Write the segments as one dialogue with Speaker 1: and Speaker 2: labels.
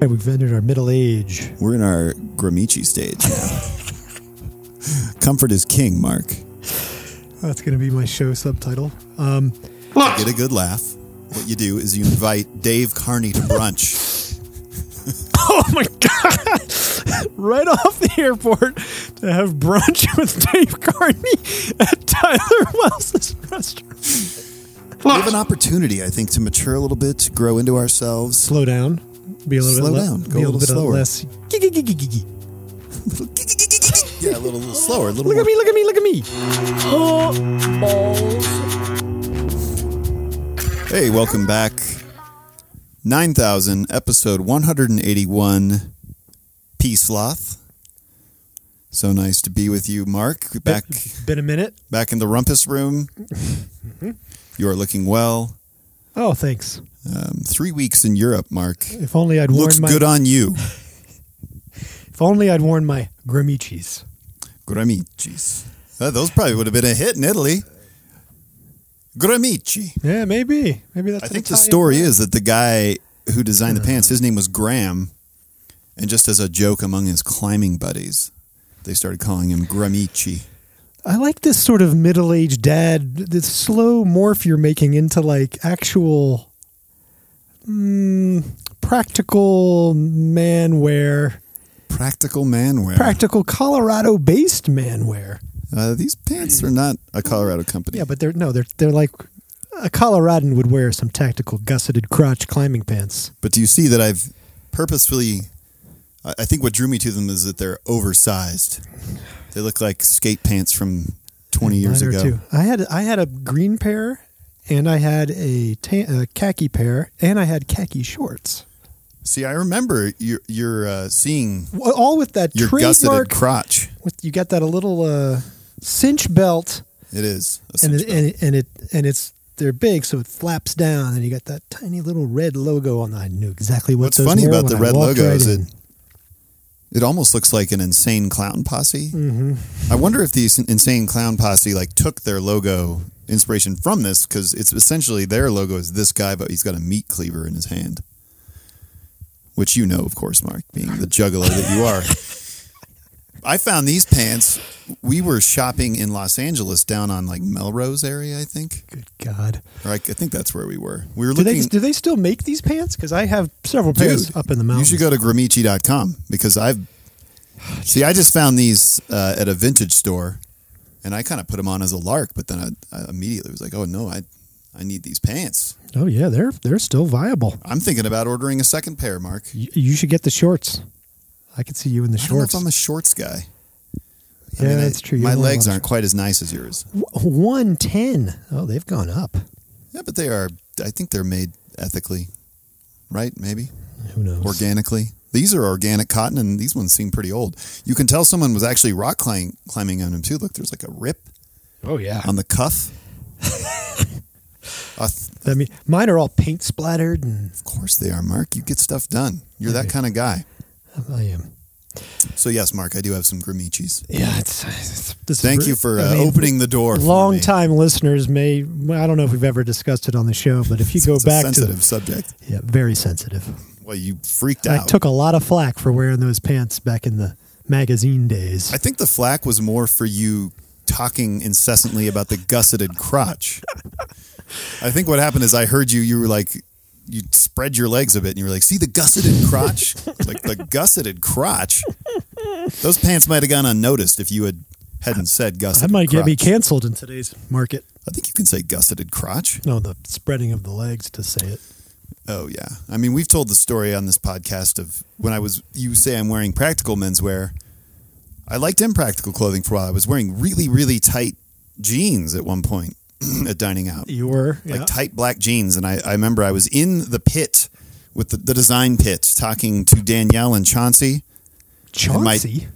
Speaker 1: Right, We've entered our middle age.
Speaker 2: We're in our Gramici stage now. Comfort is king, Mark.
Speaker 1: That's going to be my show subtitle.
Speaker 2: Get a good laugh. What you do is you invite Dave Carney to brunch.
Speaker 1: Oh my God! right off the airport to have brunch with Dave Carney at Tyler Wells's restaurant.
Speaker 2: we have an opportunity, I think, to mature a little bit, to grow into ourselves.
Speaker 1: Slow down. Be a little
Speaker 2: Slow
Speaker 1: bit le-
Speaker 2: down.
Speaker 1: Be
Speaker 2: Go
Speaker 1: a
Speaker 2: a
Speaker 1: little,
Speaker 2: little
Speaker 1: bit
Speaker 2: slower.
Speaker 1: less. Giggy, giggy, giggy.
Speaker 2: Yeah, a little, little slower, a little
Speaker 1: Look
Speaker 2: more.
Speaker 1: at me! Look at me! Look at me!
Speaker 2: Hey, welcome back. 9000, episode 181, Peace Sloth. So nice to be with you, Mark. Back
Speaker 1: Been a minute.
Speaker 2: back in the rumpus room.
Speaker 1: Mm-hmm.
Speaker 2: You are looking well.
Speaker 1: Oh, thanks.
Speaker 2: Um, three weeks in Europe, Mark.
Speaker 1: If only I'd worn
Speaker 2: Looks
Speaker 1: my.
Speaker 2: good on you.
Speaker 1: if only I'd worn my Grimichis.
Speaker 2: Gramicis. Uh, those probably would have been a hit in Italy. Gramici.
Speaker 1: Yeah, maybe. Maybe that's.
Speaker 2: I
Speaker 1: an
Speaker 2: think the
Speaker 1: Italian-
Speaker 2: story is that the guy who designed the pants, his name was Graham, and just as a joke among his climbing buddies, they started calling him Gramici.
Speaker 1: I like this sort of middle-aged dad. This slow morph you're making into like actual, mm, practical manware,
Speaker 2: Practical manwear.
Speaker 1: practical Colorado-based manware.
Speaker 2: uh, these pants are not a Colorado company.
Speaker 1: Yeah, but they're no, they're they're like a Coloradan would wear some tactical gusseted crotch climbing pants.
Speaker 2: But do you see that I've purposefully? I I think what drew me to them is that they're oversized. They look like skate pants from 20 years
Speaker 1: Mine are
Speaker 2: ago.
Speaker 1: too. I had I had a green pair, and I had a, tan, a khaki pair, and I had khaki shorts.
Speaker 2: See, I remember you're, you're uh, seeing
Speaker 1: Well, All with that
Speaker 2: your
Speaker 1: trademark.
Speaker 2: gusseted crotch.
Speaker 1: with you got that a little uh, cinch belt,
Speaker 2: It is. a
Speaker 1: and
Speaker 2: cinch
Speaker 1: it, and it, and it and it's they're big, so it flaps down, and you got that tiny little red logo on. I knew exactly what
Speaker 2: What's
Speaker 1: those were
Speaker 2: funny about
Speaker 1: when
Speaker 2: the
Speaker 1: I
Speaker 2: red
Speaker 1: walked
Speaker 2: logo
Speaker 1: right
Speaker 2: is
Speaker 1: in.
Speaker 2: it- It almost looks like an insane clown posse.
Speaker 1: Mm-hmm.
Speaker 2: I wonder if the insane clown posse like took their logo inspiration from this because it's essentially their logo is this guy, but he's got a meat cleaver in his hand, which you know, of course, Mark, being the juggler that you are. I found these pants. We were shopping in Los Angeles down on like Melrose area, I think.
Speaker 1: Good God!
Speaker 2: Or I, I think that's where we were. We were
Speaker 1: Do
Speaker 2: looking.
Speaker 1: they do they still make these pants? Because I have several pairs up in the mountains.
Speaker 2: You should go to gramici.com because I've see. I just found these uh, at a vintage store, and I kind of put them on as a lark. But then I, I immediately was like, "Oh no, I I need these pants."
Speaker 1: Oh yeah, they're they're still viable.
Speaker 2: I'm thinking about ordering a second pair, Mark.
Speaker 1: You, you should get the shorts. I could see you in the
Speaker 2: I don't know
Speaker 1: shorts.
Speaker 2: if I'm a shorts guy.
Speaker 1: yeah,
Speaker 2: I-
Speaker 1: that's true. You
Speaker 2: My
Speaker 1: don't wear a lot
Speaker 2: legs
Speaker 1: of
Speaker 2: aren't quite as nice as yours.
Speaker 1: shorts. one ten. Oh, they've gone up.
Speaker 2: Yeah, but they are. I think they're made ethically, right? Maybe.
Speaker 1: Who knows?
Speaker 2: organically. These are organic cotton, and these ones seem pretty old. You can tell someone was actually rock climbing, climbing on them too. Look, there's like a rip.
Speaker 1: Oh yeah.
Speaker 2: on the cuff. Uh, th-
Speaker 1: I mean, mine are all paint splattered, and
Speaker 2: of course they are, Mark. You get stuff done. You're that kind of guy.
Speaker 1: I am.
Speaker 2: So yes, Mark, I do have some Grimichis.
Speaker 1: Yeah, it's, it's this is
Speaker 2: Thank
Speaker 1: ver-
Speaker 2: you for
Speaker 1: I
Speaker 2: uh,
Speaker 1: mean,
Speaker 2: opening the door. for me.
Speaker 1: Long time listeners may I don't know if we've ever discussed it on the show, but if you go
Speaker 2: It's a
Speaker 1: back to
Speaker 2: sensitive
Speaker 1: the,
Speaker 2: subject.
Speaker 1: yeah, very sensitive.
Speaker 2: Well, you freaked
Speaker 1: I
Speaker 2: out.
Speaker 1: took a lot of flack for wearing those pants back in the magazine days.
Speaker 2: I think the flack was more for you talking incessantly about the gusseted crotch. I think what happened is I heard you. You were like, you spread your legs a bit, and you were like, "See the gusseted crotch? like the gusseted crotch? Those pants might have gone unnoticed if you had hadn't said gusseted.
Speaker 1: That might get me
Speaker 2: crotch.
Speaker 1: canceled in today's market.
Speaker 2: I think you can say gusseted crotch.
Speaker 1: No, the spreading of the legs to say it.
Speaker 2: Oh yeah. I mean, we've told the story on this podcast of when I was you say I'm wearing practical menswear. I liked impractical clothing for a while. I was wearing really really tight jeans at one point at dining out.
Speaker 1: You were
Speaker 2: Like
Speaker 1: yeah.
Speaker 2: tight black jeans and I, I remember I was in the pit with the, the design pit talking to Danielle and Chauncey. might-
Speaker 1: Chauncey.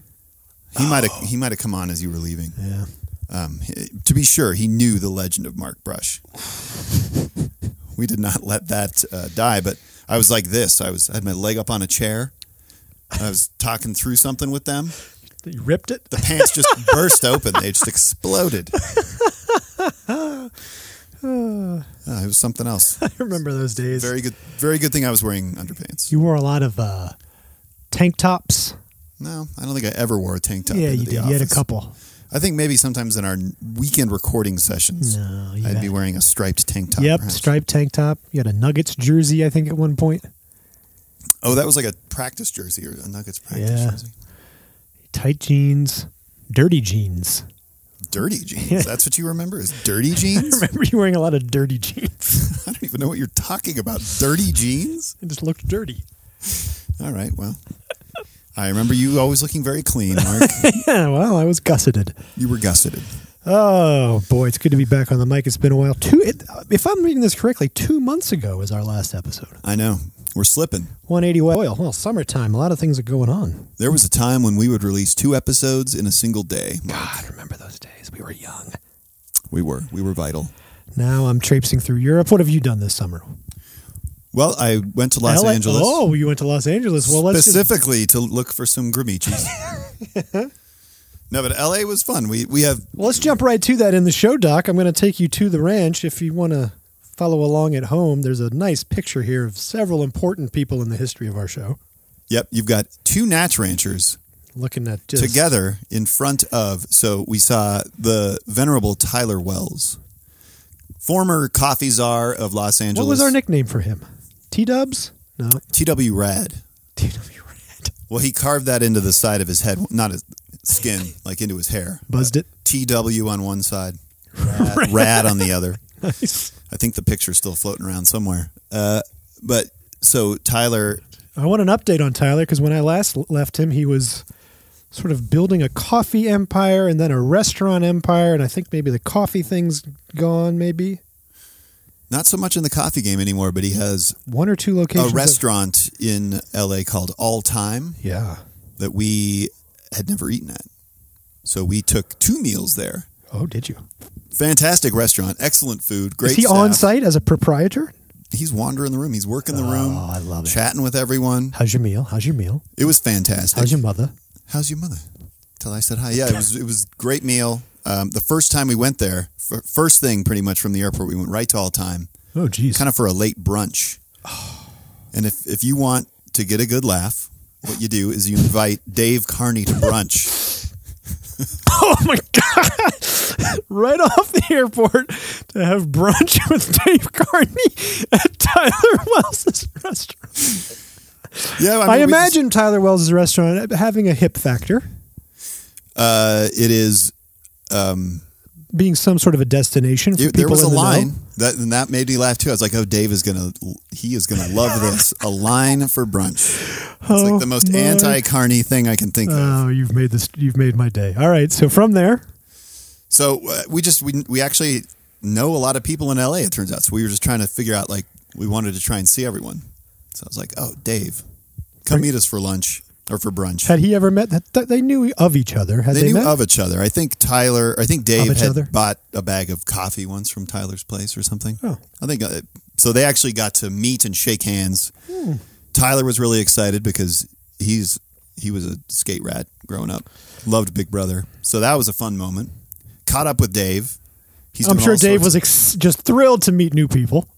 Speaker 2: He might have he might have come on as you were leaving.
Speaker 1: yeah.
Speaker 2: Um, he- to be sure, he knew the legend of Mark Brush. we did not let that uh, die. But I was like this. I was I had my leg up on a chair. I was talking through something with them.
Speaker 1: You ripped it.
Speaker 2: The pants just burst open. They just exploded. Uh, it was something else.
Speaker 1: I remember those days.
Speaker 2: Very good. Very good thing I was wearing underpants.
Speaker 1: you wore a lot of uh, tank tops.
Speaker 2: No, I don't think I ever wore a tank top.
Speaker 1: yeah,
Speaker 2: into
Speaker 1: you
Speaker 2: the
Speaker 1: did. You had a
Speaker 2: office.
Speaker 1: couple.
Speaker 2: I think maybe sometimes in our weekend recording sessions,
Speaker 1: No, you
Speaker 2: I'd
Speaker 1: had-
Speaker 2: be wearing a striped tank top.
Speaker 1: Yep,
Speaker 2: perhaps.
Speaker 1: striped tank top. You had a Nuggets jersey, I think, at one point.
Speaker 2: Oh, that was like a practice jersey or a Nuggets practice
Speaker 1: Yeah.
Speaker 2: jersey.
Speaker 1: Tight jeans, dirty jeans.
Speaker 2: Dirty jeans. That's what you remember is dirty jeans.
Speaker 1: remember you wearing a lot of dirty jeans.
Speaker 2: I don't even know what you're talking about. Dirty jeans.
Speaker 1: it just looked dirty.
Speaker 2: All right. Well, I remember you always looking very clean, Mark.
Speaker 1: Yeah, well, I was gusseted.
Speaker 2: you were gusseted.
Speaker 1: Oh boy, it's good to be back on the mic. It's been a while. Two, it, uh, if I'm reading this correctly, two months ago was our last episode.
Speaker 2: I know. We're slipping.
Speaker 1: 180 oil. Well, summertime. A lot of things are going on.
Speaker 2: There was a time when we would release two episodes in a single day.
Speaker 1: God, remember those days? We were young.
Speaker 2: We were. We were vital.
Speaker 1: Now I'm traipsing through Europe. What have you done this summer?
Speaker 2: Well, I went to Los
Speaker 1: LA
Speaker 2: Angeles
Speaker 1: Oh, you went to Los Angeles. Well, let's just,
Speaker 2: specifically to look for some Grimichis. no, but LA was fun. We we have
Speaker 1: let's jump right to that in the show doc. I'm going to take you to the ranch if you want to follow along at home. There's a nice picture here of several important people in the history of our show.
Speaker 2: yep, you've got two Natch ranchers
Speaker 1: Looking at just
Speaker 2: together in front of so we saw the venerable Tyler Wells, former coffee czar of Los Angeles.
Speaker 1: What was our nickname for him? T Dubs? No.
Speaker 2: TW Rad.
Speaker 1: T W Red.
Speaker 2: Well, he carved that into the side of his head, not his skin, like into his hair.
Speaker 1: Buzzed it.
Speaker 2: TW on one side, Rad, Rad on the other.
Speaker 1: Nice.
Speaker 2: I think the picture's still floating around somewhere. Uh, but so Tyler,
Speaker 1: I want an update on Tyler because when I last l- left him, he was sort of building a coffee empire and then a restaurant empire, and I think maybe the coffee thing's gone, maybe
Speaker 2: not so much in the coffee game anymore, but he has
Speaker 1: one or two
Speaker 2: a
Speaker 1: locations. of-
Speaker 2: restaurant in LA called All Time
Speaker 1: yeah.
Speaker 2: that we had never eaten at. So we took two meals there.
Speaker 1: Oh, did you?
Speaker 2: Fantastic restaurant, excellent food, great.
Speaker 1: Is he
Speaker 2: staff.
Speaker 1: on site as a proprietor?
Speaker 2: He's wandering the room. He's working the
Speaker 1: Oh,
Speaker 2: room,
Speaker 1: I love it.
Speaker 2: chatting with everyone.
Speaker 1: How's your meal? How's your meal?
Speaker 2: It was fantastic.
Speaker 1: How's your mother?
Speaker 2: how's your mother? Till I said hi. Yeah, it was it was great meal. Um, the first time we went there, f- first thing pretty much from the airport, we went right to all time,
Speaker 1: Oh, geez.
Speaker 2: kind of for a late brunch. And if if you want to get a good laugh, what you do is you invite Dave Carney to brunch.
Speaker 1: oh my god! right off the airport to have brunch with Dave Carney at Tyler Wells' restaurant.
Speaker 2: Yeah, mean,
Speaker 1: I,
Speaker 2: we just-
Speaker 1: imagine Tyler Wells' restaurant having a hip factor,
Speaker 2: uh, it is.
Speaker 1: being some sort of a destination for
Speaker 2: It,
Speaker 1: people
Speaker 2: there was
Speaker 1: in
Speaker 2: a
Speaker 1: the know.
Speaker 2: line that and that made me laugh too. I was like, "Oh, Dave is gonna he is gonna love this." a line for brunch. It's like the most
Speaker 1: Oh, my-
Speaker 2: anti Carney thing I can think of.
Speaker 1: Oh, you've made this. You've made my day. All right. So from there,
Speaker 2: So uh, we just we we actually know a lot of people in LA. It turns out, so we were just trying to figure out like we wanted to try and see everyone. So I was like, "Oh, Dave, come meet us for lunch or for brunch."
Speaker 1: had he ever met? That, that they knew of each other. Had
Speaker 2: They,
Speaker 1: they,
Speaker 2: knew
Speaker 1: met?
Speaker 2: of each other. I think Tyler. I think Dave
Speaker 1: each
Speaker 2: had
Speaker 1: other?
Speaker 2: bought a bag of coffee once from Tyler's place or something.
Speaker 1: Oh.
Speaker 2: I think uh, so. They actually got to meet and shake hands.
Speaker 1: Hmm.
Speaker 2: Tyler was really excited because he's he was a skate rat growing up, loved Big Brother. So that was a fun moment. Caught up with Dave. He's
Speaker 1: I'm
Speaker 2: doing
Speaker 1: sure
Speaker 2: all
Speaker 1: Dave
Speaker 2: sorts
Speaker 1: was ex- just thrilled to meet new people.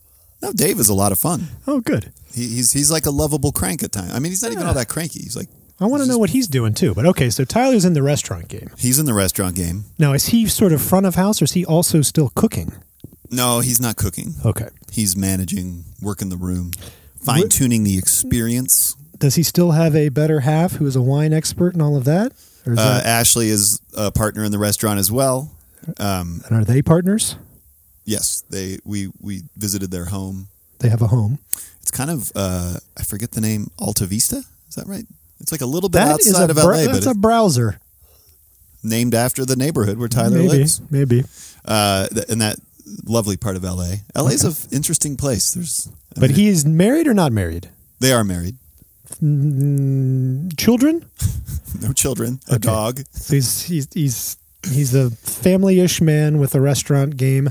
Speaker 2: No, Dave is a lot of fun.
Speaker 1: Oh, good.
Speaker 2: He, he's he's like a lovable crank at times. I mean, he's not even all that cranky. He's like
Speaker 1: I want to know what he's doing too. But okay, so Tyler's in the restaurant game
Speaker 2: he's in the restaurant game.
Speaker 1: now. Is he sort of front of house, or is he also still cooking?
Speaker 2: No, he's not cooking.
Speaker 1: Okay.
Speaker 2: He's managing, working the room, fine tuning the experience.
Speaker 1: Does he still have a better half who is a wine expert and all of that? Or is
Speaker 2: Uh,
Speaker 1: that,
Speaker 2: Ashley is a partner in the restaurant as well. Um,
Speaker 1: and are they partners?
Speaker 2: yes, they we we visited their home.
Speaker 1: They have a home.
Speaker 2: It's kind of uh, I forget the name Alta Vista. Is that right? It's like a little bit
Speaker 1: That is
Speaker 2: outside
Speaker 1: a
Speaker 2: of
Speaker 1: br-
Speaker 2: LA, but
Speaker 1: that's
Speaker 2: it's
Speaker 1: a browser.
Speaker 2: named after the neighborhood where Tyler
Speaker 1: maybe,
Speaker 2: lives.
Speaker 1: maybe.
Speaker 2: uh, th- in that lovely part of LA. LA's an interesting place. There's, I
Speaker 1: But
Speaker 2: mean,
Speaker 1: he is married or not married?
Speaker 2: they are married,
Speaker 1: Mm, children?
Speaker 2: no children, a dog.
Speaker 1: So he's he's he's he's a family-ish man with a restaurant game,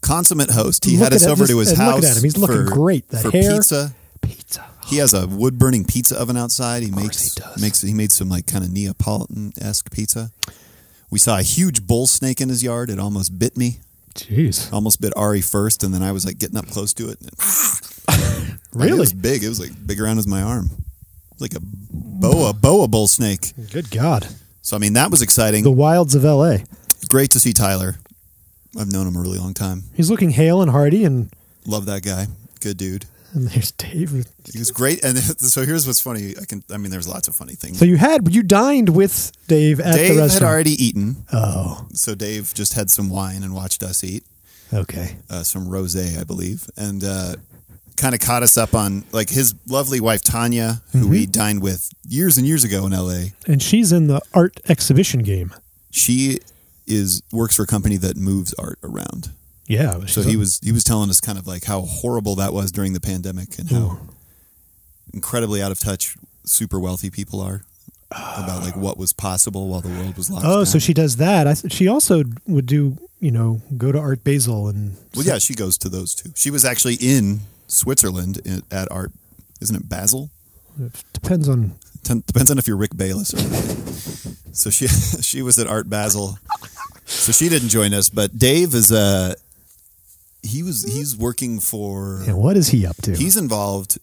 Speaker 2: Consummate host. He
Speaker 1: Look
Speaker 2: had us
Speaker 1: at-
Speaker 2: over to
Speaker 1: just-
Speaker 2: his
Speaker 1: and
Speaker 2: house.
Speaker 1: Look at him. He's looking
Speaker 2: for-
Speaker 1: great. That
Speaker 2: for
Speaker 1: hair.
Speaker 2: pizza.
Speaker 1: Pizza.
Speaker 2: He has a wood burning pizza oven outside. He makes
Speaker 1: he does.
Speaker 2: makes he made some like kind of Neapolitan esque pizza. We saw a huge bull snake in his yard. It almost bit me.
Speaker 1: Jeez.
Speaker 2: Almost bit Ari first, and then I was like getting up close to it. And it I mean, it
Speaker 1: Really?
Speaker 2: was big. It was like big around as my arm. It was like a boa boa bull snake.
Speaker 1: Good God.
Speaker 2: So I mean that was exciting.
Speaker 1: The wilds of L.A.
Speaker 2: Great to see Tyler. I've known him a really long time.
Speaker 1: He's looking hale and hearty, and,
Speaker 2: Love that guy. Good dude.
Speaker 1: and there's Dave.
Speaker 2: He was great. And so here's what's funny. I can. I mean, there's lots of funny things.
Speaker 1: So you had you dined with Dave at
Speaker 2: Dave
Speaker 1: the
Speaker 2: had
Speaker 1: restaurant.
Speaker 2: already eaten,
Speaker 1: oh,
Speaker 2: so Dave just had some wine and watched us eat
Speaker 1: okay.
Speaker 2: uh, some rosé, I believe, and uh, kind of caught us up on like his lovely wife Tanya, who
Speaker 1: Mm-hmm.
Speaker 2: we dined with years and years ago in L.A.
Speaker 1: And she's in the art exhibition game.
Speaker 2: She is works for a company that moves art around.
Speaker 1: Yeah.
Speaker 2: So he was he was telling us kind of like how horrible that was during the pandemic and
Speaker 1: Oh,
Speaker 2: how incredibly out of touch super wealthy people are about like what was possible while the world was locked
Speaker 1: Oh,
Speaker 2: down.
Speaker 1: so she does that. I, th- she also would do, you know, go to Art Basel and
Speaker 2: Well, yeah, she goes to those two. She was actually in Switzerland in- at art. Isn't it Basel?
Speaker 1: it depends on.
Speaker 2: Ten- depends on if you're Rick Bayless or not. So she she was at Art Basel. So she didn't join us, but Dave is uh he was he's working for
Speaker 1: Yeah, what is he up to?
Speaker 2: he's involved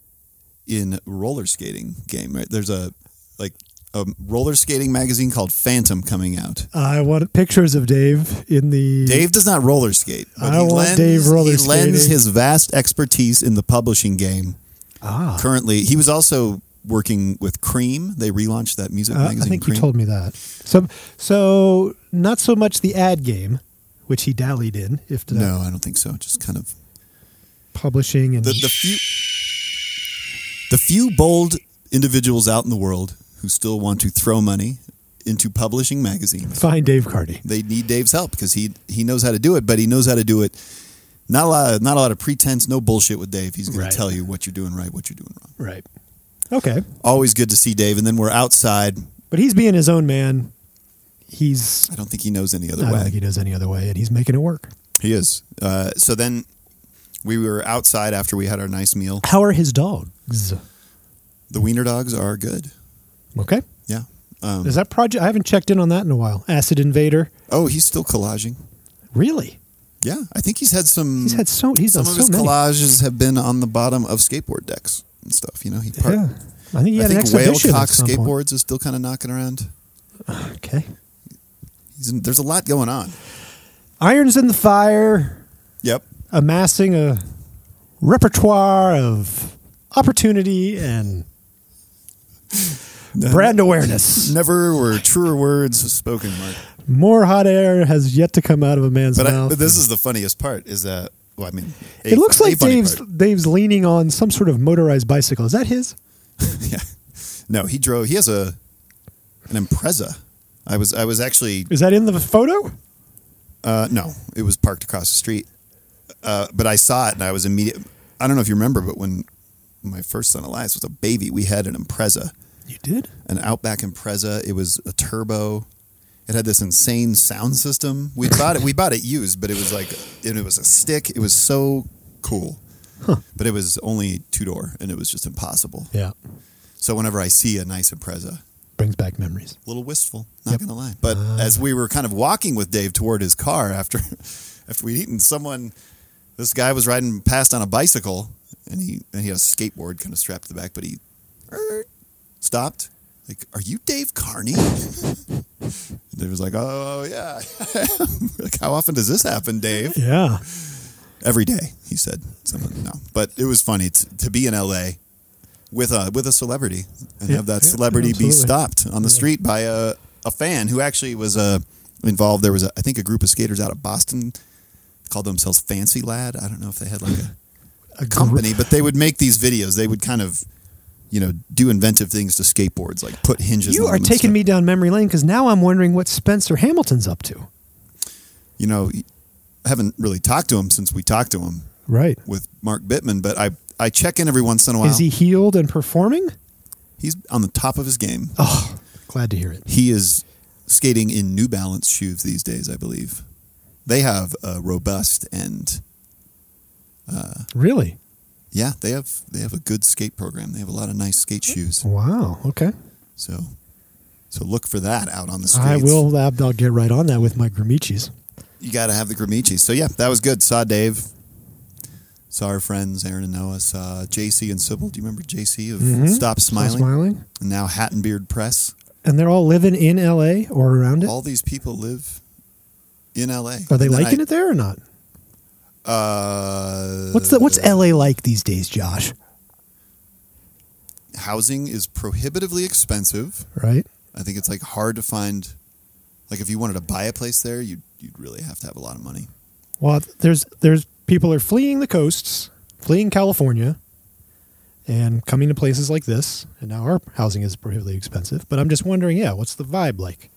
Speaker 2: in roller skating game, right? There's a like a roller skating magazine called Phantom coming out.
Speaker 1: I want pictures of Dave in the.
Speaker 2: Dave does not roller skate.
Speaker 1: I want Dave roller
Speaker 2: he lends
Speaker 1: skating.
Speaker 2: his vast expertise in the publishing game.
Speaker 1: Ah,
Speaker 2: Currently, he was also working with Cream. They relaunched that music
Speaker 1: uh, I
Speaker 2: magazine.
Speaker 1: think you
Speaker 2: Cream.
Speaker 1: told me that. So, so not so much the ad game, which he dallied in, if to
Speaker 2: No, I don't think so. Just kind of
Speaker 1: publishing and
Speaker 2: the, the few the few bold individuals out in the world who still want to throw money into publishing magazines.
Speaker 1: find Dave Cardi.
Speaker 2: They need Dave's help because he he knows how to do it, but he knows how to do it. Not a lot, of, not a lot of pretense, no bullshit with Dave. He's going
Speaker 1: Right.
Speaker 2: to tell you what you're doing right, what you're doing wrong.
Speaker 1: Right. Okay.
Speaker 2: Always good to see Dave. And then we're outside.
Speaker 1: But he's being his own man. He's
Speaker 2: I don't think he knows any other
Speaker 1: I don't
Speaker 2: way.
Speaker 1: think he does any other way, and he's making it work.
Speaker 2: He is. Uh, so then we were outside after we had our nice meal.
Speaker 1: How are his dogs?
Speaker 2: The wiener dogs are good.
Speaker 1: Okay.
Speaker 2: Yeah. Um,
Speaker 1: Is that project? I haven't checked in on that in a while. Acid Invader.
Speaker 2: oh, he's still collaging.
Speaker 1: Really?
Speaker 2: Yeah, I think he's had some.
Speaker 1: He's had so he's
Speaker 2: some
Speaker 1: done
Speaker 2: of
Speaker 1: so
Speaker 2: his
Speaker 1: many.
Speaker 2: collages have been on the bottom of skateboard decks and stuff. You know, he part,
Speaker 1: Yeah. I think he
Speaker 2: I
Speaker 1: had
Speaker 2: think
Speaker 1: an
Speaker 2: whale
Speaker 1: exhibition.
Speaker 2: cock
Speaker 1: at some point.
Speaker 2: skateboards is still kind of knocking around.
Speaker 1: Okay.
Speaker 2: He's in, there's a lot going on.
Speaker 1: Irons in the fire,
Speaker 2: Yep.
Speaker 1: amassing a repertoire of opportunity and
Speaker 2: Uh,
Speaker 1: brand awareness.
Speaker 2: Never were truer words spoken, Mark.
Speaker 1: More hot air has yet to come out of a man's
Speaker 2: But, I,
Speaker 1: mouth.
Speaker 2: but this is the funniest part. Is that? Well, I mean, a
Speaker 1: it looks
Speaker 2: fun- a
Speaker 1: like
Speaker 2: funny
Speaker 1: Dave's
Speaker 2: part.
Speaker 1: Dave's leaning on some sort of motorized bicycle. Is that his?
Speaker 2: Yeah. No, he drove. He has a an Impreza. I was I was actually
Speaker 1: Is that in the photo?
Speaker 2: Uh, no, it was parked across the street. Uh, but I saw it and I was immediate. I don't know if you remember, but when my first son Elias was a baby, we had an Impreza,
Speaker 1: You did.
Speaker 2: an Outback Impreza. It was a turbo. It had this insane sound system. We bought it. We bought it used, but it was like, and it was a stick. It was so cool, but it was only two door, and it was just impossible.
Speaker 1: Yeah.
Speaker 2: So whenever I see a nice Impreza,
Speaker 1: Brings back memories.
Speaker 2: a little wistful, not gonna lie. But as we were kind of walking with Dave toward his car after after we'd eaten, someone this guy was riding past on a bicycle and he and he had a skateboard kind of strapped to the back, but he er, stopped. Like, are you Dave Carney? Dave was like, Oh yeah. like, how often does this happen, Dave?
Speaker 1: Yeah.
Speaker 2: Every day, he said. Something no. But it was funny to, to be in LA with a with a celebrity and
Speaker 1: Yeah,
Speaker 2: have that
Speaker 1: yeah,
Speaker 2: celebrity be
Speaker 1: absolutely.
Speaker 2: stopped on the street by a, a fan who actually was uh, involved. There was a, I think a group of skaters out of Boston called themselves Fancy Lad. I don't know if they had like a
Speaker 1: A gr-
Speaker 2: company, but they would make these videos. They would kind of you know do inventive things to skateboards, like put hinges.
Speaker 1: You
Speaker 2: on
Speaker 1: are
Speaker 2: them and
Speaker 1: taking
Speaker 2: stuff.
Speaker 1: me down memory lane because now I'm wondering what Spencer Hamilton's up to.
Speaker 2: You know, I haven't really talked to him since we talked to him
Speaker 1: Right.
Speaker 2: with Mark Bittman, but I. I check in every once in a while.
Speaker 1: Is he healed and performing?
Speaker 2: He's on the top of his game.
Speaker 1: Oh, glad to hear it.
Speaker 2: He is skating in New Balance shoes these days, I believe. they have a robust and
Speaker 1: Really?
Speaker 2: yeah, they have they have a good skate program. They have a lot of nice skate shoes.
Speaker 1: Wow. Okay.
Speaker 2: So so look for that out on the streets.
Speaker 1: I will. I'll I'll get right on that with my Grimichis.
Speaker 2: You got to have the Gramichis. So yeah, that was good. Saw Dave. Saw our friends Aaron and Noah. Saw JC and Sybil. Do you remember JC of
Speaker 1: Mhm.
Speaker 2: Stop Smiling?
Speaker 1: Smiling.
Speaker 2: And now Hat and Beard Press.
Speaker 1: And they're all living in L.A. or around it.
Speaker 2: All these people live in LA.
Speaker 1: Are they liking it there or not?
Speaker 2: Uh,
Speaker 1: What's the, what's L.A. like these days, Josh?
Speaker 2: housing is prohibitively expensive.
Speaker 1: Right.
Speaker 2: I think it's like hard to find. Like if you wanted to buy a place there, you'd you'd really have to have a lot of money.
Speaker 1: Well, there's there's people are fleeing the coasts, fleeing California, and coming to places like this. And now our housing is prohibitively expensive. But I'm just wondering, yeah, what's the vibe like?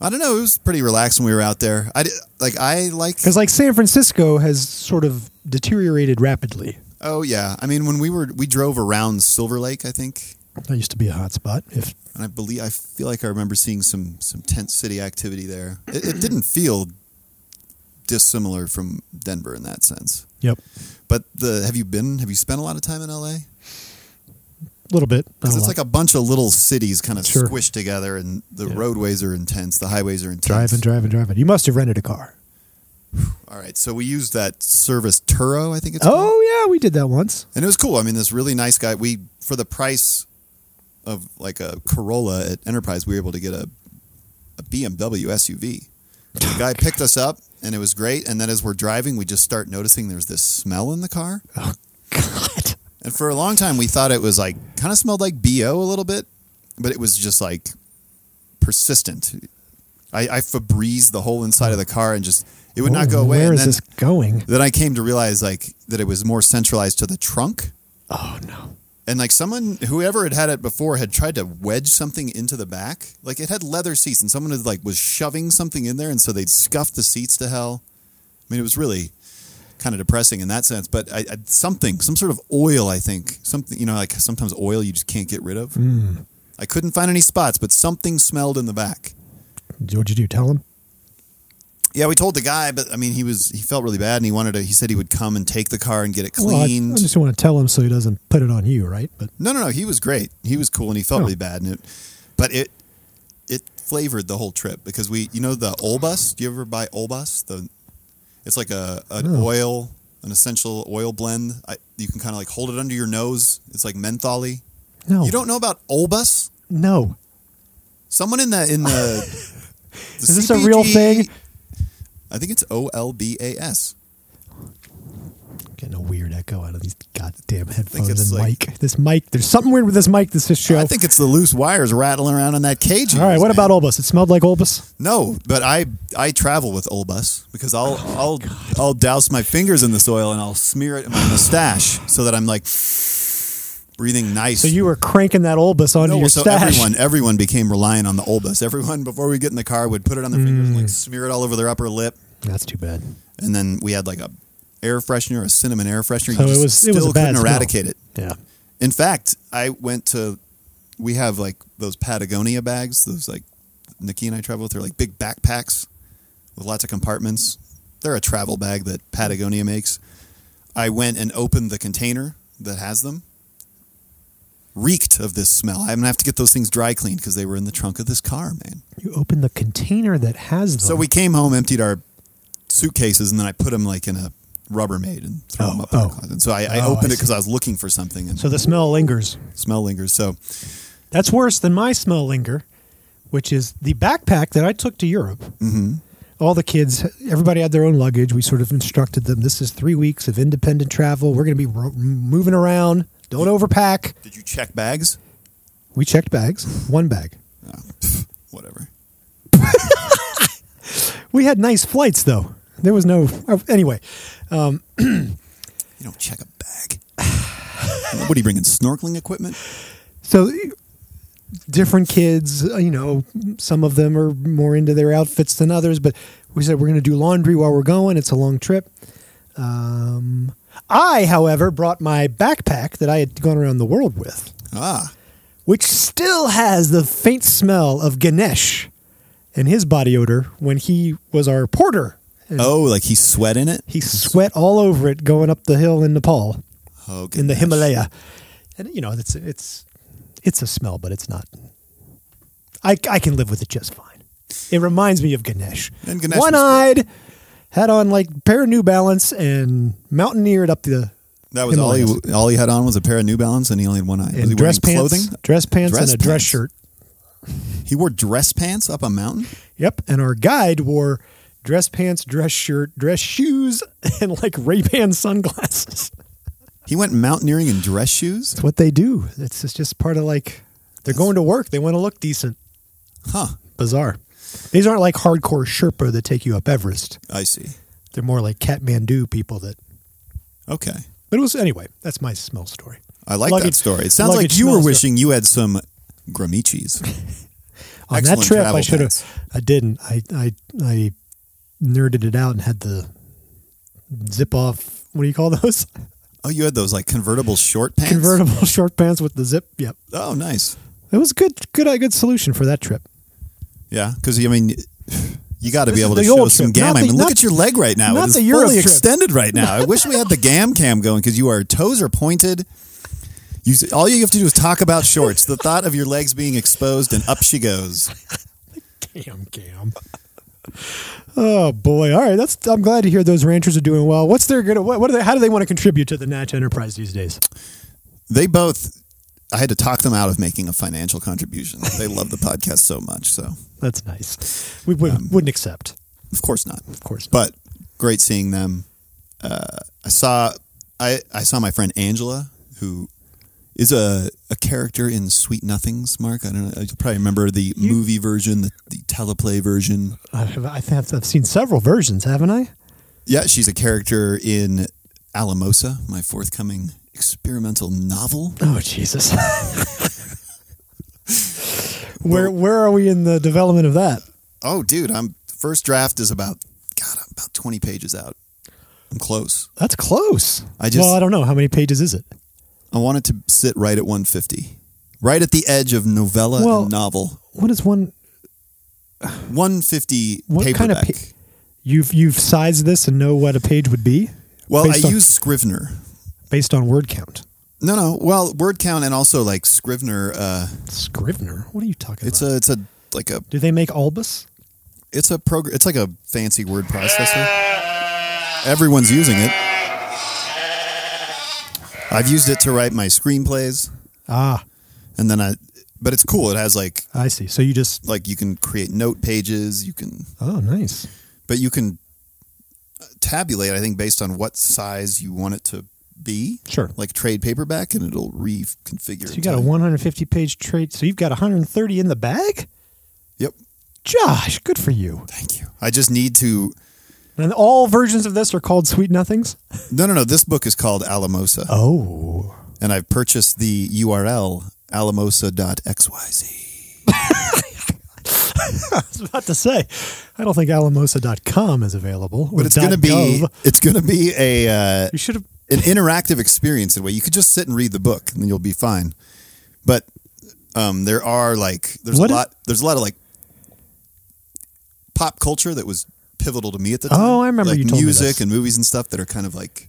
Speaker 2: I don't know. It was pretty relaxed when we were out there. I did, like I like.
Speaker 1: Because like San Francisco has sort of deteriorated rapidly.
Speaker 2: Oh yeah. I mean, when we were we drove around Silver Lake, I think,
Speaker 1: That used to be a hot spot. If
Speaker 2: and I believe I feel like I remember seeing some some tent city activity there. It, it didn't feel dissimilar from Denver in that sense.
Speaker 1: yep,
Speaker 2: But the have you been? Have you spent a lot of time in LA?
Speaker 1: a little bit.
Speaker 2: Because it's like a bunch of little cities kind of
Speaker 1: Sure.
Speaker 2: squished together, and the
Speaker 1: Yeah.
Speaker 2: roadways are intense, the highways are intense.
Speaker 1: driving, driving, driving. You must have rented a car.
Speaker 2: All right, so we used that service Turo, I think it's called.
Speaker 1: Oh yeah, we did that once.
Speaker 2: and it was cool. I mean, this really nice guy. We for the price of like a Corolla at Enterprise, we were able to get a, a BMW SUV. The guy picked us up, and it was great. And then as we're driving, we just start noticing there's this smell in the car.
Speaker 1: Oh God.
Speaker 2: And for a long time, we thought it was like kind of smelled like BO a little bit, but it was just like persistent. I, I Febreze the whole inside of the car and just it would not go away.
Speaker 1: Oh, Where
Speaker 2: and
Speaker 1: is
Speaker 2: then,
Speaker 1: this going?
Speaker 2: then I came to realize like that it was more centralized to the trunk.
Speaker 1: Oh no.
Speaker 2: And like someone, whoever had had it before, had tried to wedge something into the back. Like it had leather seats, and someone had like was shoving something in there, and so they'd scuffed the seats to hell. I mean, it was really kind of depressing in that sense. But I, I, something, some sort of oil, I think something. You know, like sometimes oil you just can't get rid of.
Speaker 1: Mm. Hmm.
Speaker 2: I couldn't find any spots, but something smelled in the back.
Speaker 1: What'd you do? Tell him.
Speaker 2: Yeah, we told the guy, but I mean, he was he felt really bad, and he wanted to. He said he would come and take the car and get it
Speaker 1: Well, I,
Speaker 2: cleaned.
Speaker 1: I just want to tell him so he doesn't put it on you, right? But
Speaker 2: No, no, no. He was great. He was cool, and he felt
Speaker 1: Oh.
Speaker 2: really bad. And it, but it, it flavored the whole trip because we, you know, the Olbus. Do you ever buy Olbus? The, it's like a an
Speaker 1: No.
Speaker 2: oil, an essential oil blend. I, you can kind of like hold it under your nose. It's like mentholy.
Speaker 1: no,
Speaker 2: You don't know about Olbus?
Speaker 1: No,
Speaker 2: Someone in the in the. the
Speaker 1: Is this a real thing?
Speaker 2: I think it's O L B A S.
Speaker 1: getting a weird echo out of these goddamn
Speaker 2: think
Speaker 1: headphones
Speaker 2: it's
Speaker 1: and
Speaker 2: like-
Speaker 1: mic. This mic, there's something weird with this mic. This this show.
Speaker 2: I think it's the loose wires rattling around in that cage. of
Speaker 1: All right,
Speaker 2: yours,
Speaker 1: what
Speaker 2: man.
Speaker 1: about Olbus? It smelled like Olbus.
Speaker 2: No, but I I travel with Olbus because I'll I'll I'll douse my fingers in this oil and I'll smear it in my mustache so that I'm like breathing nice.
Speaker 1: So you were cranking that Olbus onto
Speaker 2: No,
Speaker 1: your
Speaker 2: so
Speaker 1: stash.
Speaker 2: everyone everyone became reliant on the Olbus. Everyone before we get in the car would put it on their fingers
Speaker 1: Mm.
Speaker 2: and like smear it all over their upper lip,
Speaker 1: That's too bad.
Speaker 2: and then we had like a air freshener, a cinnamon air freshener.
Speaker 1: So it
Speaker 2: you just
Speaker 1: was- it
Speaker 2: still
Speaker 1: was a bad
Speaker 2: couldn't
Speaker 1: smell.
Speaker 2: eradicate it.
Speaker 1: Yeah.
Speaker 2: In fact, I went to. We have like those Patagonia bags. Those like Nikki and I travel with. They're like big backpacks with lots of compartments. They're a travel bag that Patagonia makes. I went and opened the container that has them. Reeked of this smell. I'm gonna have to get those things dry cleaned because they were in the trunk of this car, man.
Speaker 1: You open the container that has them.
Speaker 2: So we came home, emptied our suitcases, and then I put them like in a Rubbermaid and threw
Speaker 1: Oh,
Speaker 2: them up in
Speaker 1: oh.
Speaker 2: the closet. So I, I
Speaker 1: Oh, I
Speaker 2: opened it
Speaker 1: see.
Speaker 2: because I was looking for something, and
Speaker 1: So the smell lingers.
Speaker 2: smell lingers. So
Speaker 1: That's worse than my smell linger, which is the backpack that I took to Europe. Mm-hmm. All the kids, everybody had their own luggage. We sort of instructed them this is three weeks of independent travel. We're going to be ro- moving around. Don't overpack.
Speaker 2: did you check bags?
Speaker 1: We checked bags, one bag.
Speaker 2: Oh, pff, whatever.
Speaker 1: We had nice flights, though. There was no. uh, Anyway,
Speaker 2: You don't check a bag. what are you bringing? Snorkeling equipment?
Speaker 1: so different kids, uh, you know, some of them are more into their outfits than others, but we said we're going to do laundry while we're going. It's a long trip. Um, I, however, brought my backpack that I had gone around the world with,
Speaker 2: Ah,
Speaker 1: which still has the faint smell of Ganesh and his body odor when he was our porter. And
Speaker 2: Oh, like he's sweating it?
Speaker 1: He sweat all over it going up the hill in Nepal,
Speaker 2: Oh, good
Speaker 1: in the
Speaker 2: gosh.
Speaker 1: Himalaya, and you know it's it's it's a smell, but it's not. I I can live with it just fine. It reminds me of Ganesh.
Speaker 2: And Ganesh was
Speaker 1: one eyed, had on like a pair of New Balance and mountaineered up the
Speaker 2: That was all he,
Speaker 1: Himalayas.
Speaker 2: all he had on was a pair of New Balance and he only had one eye. was he
Speaker 1: and dress
Speaker 2: wearing
Speaker 1: pants,
Speaker 2: clothing?
Speaker 1: dress pants,
Speaker 2: Dress
Speaker 1: and a dress
Speaker 2: pants.
Speaker 1: shirt.
Speaker 2: He wore dress pants up a mountain?
Speaker 1: Yep. And our guide wore dress pants, dress shirt, dress shoes, and like Ray Ban sunglasses.
Speaker 2: He went mountaineering in dress shoes?
Speaker 1: It's what they do. It's it's just part of like they're going to work. They want to look decent.
Speaker 2: Huh.
Speaker 1: Bizarre. These aren't like hardcore Sherpa that take you up Everest.
Speaker 2: I see.
Speaker 1: They're more like Kathmandu people that.
Speaker 2: Okay.
Speaker 1: But it was anyway. That's my smell story.
Speaker 2: I like
Speaker 1: Luggage-
Speaker 2: that story. It sounds
Speaker 1: luggage
Speaker 2: like you were
Speaker 1: smells
Speaker 2: wishing you had some Gramichis.
Speaker 1: On
Speaker 2: Excellent
Speaker 1: that trip,
Speaker 2: travel
Speaker 1: I should have.
Speaker 2: pants.
Speaker 1: I didn't. I I I nerded it out and had the zip off. What do you call those?
Speaker 2: Oh, you had those like convertible short pants?
Speaker 1: Convertible short pants with the zip. Yep.
Speaker 2: Oh, nice.
Speaker 1: It was good, good, a good solution for that trip.
Speaker 2: Yeah, because I mean, you got to
Speaker 1: This
Speaker 2: be
Speaker 1: is
Speaker 2: able to
Speaker 1: the
Speaker 2: show
Speaker 1: old
Speaker 2: some
Speaker 1: trip, not
Speaker 2: gam. I
Speaker 1: the-
Speaker 2: mean, look
Speaker 1: not-
Speaker 2: at your leg right now;
Speaker 1: not
Speaker 2: it is
Speaker 1: the Europe
Speaker 2: fully
Speaker 1: trip.
Speaker 2: extended right now. I wish we had the gam cam going because you are toes are pointed. You s- all you have to do is talk about shorts. the thought of your legs being exposed and up she goes.
Speaker 1: Damn, Cam. oh boy! All right, that's. I'm glad to hear those ranchers are doing well. What's their good? What, what do they? How do they want to contribute to the Natch enterprise these days?
Speaker 2: They both. I had to talk them out of making a financial contribution. They love the podcast so much, so
Speaker 1: That's nice. We
Speaker 2: Um,
Speaker 1: would, wouldn't accept,
Speaker 2: of course not.
Speaker 1: of course. Not.
Speaker 2: But great seeing them. Uh, I saw I, I saw my friend Angela, who is a, a character in Sweet Nothings. Mark, I don't know. You probably remember the movie version, the, the teleplay version.
Speaker 1: I've, I think I've, I've seen several versions, haven't I?
Speaker 2: Yeah, she's a character in Alamosa, my forthcoming experimental novel.
Speaker 1: Oh Jesus! where where are we in the development of that?
Speaker 2: Oh, dude, I'm first draft is about God, I'm about twenty pages out. I'm close.
Speaker 1: That's close.
Speaker 2: I just-
Speaker 1: well, I don't know how many pages is it.
Speaker 2: I wanted to sit right at 150, right at the edge of novella
Speaker 1: Well-
Speaker 2: and novel.
Speaker 1: What is one?
Speaker 2: 150
Speaker 1: What
Speaker 2: paperback.
Speaker 1: kind of pa- you've you've sized this and know what a page would be?
Speaker 2: well, I
Speaker 1: based on-
Speaker 2: use Scrivener.
Speaker 1: based on word count.
Speaker 2: No, no. Well, word count and also like Scrivener. Uh,
Speaker 1: Scrivener? What are you talking
Speaker 2: it's
Speaker 1: about?
Speaker 2: a, it's a like a,
Speaker 1: Do they make Albus?
Speaker 2: it's a program. It's like a fancy word processor. Everyone's using it. I've used it to write my screenplays,
Speaker 1: Ah,
Speaker 2: and then I. But it's cool. It has like
Speaker 1: I see. So you just
Speaker 2: like you can create note pages. You can,
Speaker 1: oh, nice.
Speaker 2: but you can uh, tabulate. I think based on what size you want it to be.
Speaker 1: Sure.
Speaker 2: like trade paperback and it'll reconfigure.
Speaker 1: So you got a
Speaker 2: time.
Speaker 1: 150 page trait. So you've got 130 in the bag.
Speaker 2: Yep.
Speaker 1: Josh, good for you.
Speaker 2: Thank you. I just need to.
Speaker 1: And all versions of this are called Sweet Nothings.
Speaker 2: No, no, no. This book is called Alamosa,
Speaker 1: Oh,
Speaker 2: and I've purchased the URL alamosa.xyz.
Speaker 1: I was about to say, I don't think Alamosa.com is available.
Speaker 2: But it's going to be it's going to be a uh,
Speaker 1: You should have.
Speaker 2: an interactive experience in a way. You could just sit and read the book, and you'll be fine. But um, there are like there's
Speaker 1: What
Speaker 2: a
Speaker 1: is-
Speaker 2: lot there's a lot of like pop culture that was pivotal to me at the time.
Speaker 1: Oh, I remember
Speaker 2: like
Speaker 1: you told me
Speaker 2: music
Speaker 1: this.
Speaker 2: and movies and stuff that are kind of like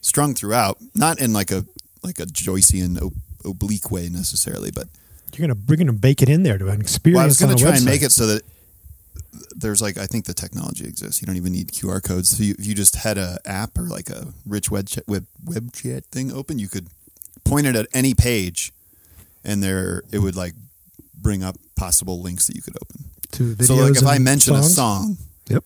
Speaker 2: strung throughout, not in like a like a Joycean ob- oblique way necessarily, but
Speaker 1: You're gonna we're gonna bake it in there to an experience.
Speaker 2: well, I was going
Speaker 1: on
Speaker 2: to
Speaker 1: a
Speaker 2: try and
Speaker 1: website.
Speaker 2: make it so that there's like I think the technology exists. You don't even need QR codes. So you, if you just had a app or like a rich web chat, web web chat thing open, you could point it at any page, and there it would like bring up possible links that you could open.
Speaker 1: to videos
Speaker 2: So like if I
Speaker 1: and
Speaker 2: mention a
Speaker 1: songs?
Speaker 2: song,
Speaker 1: Yep.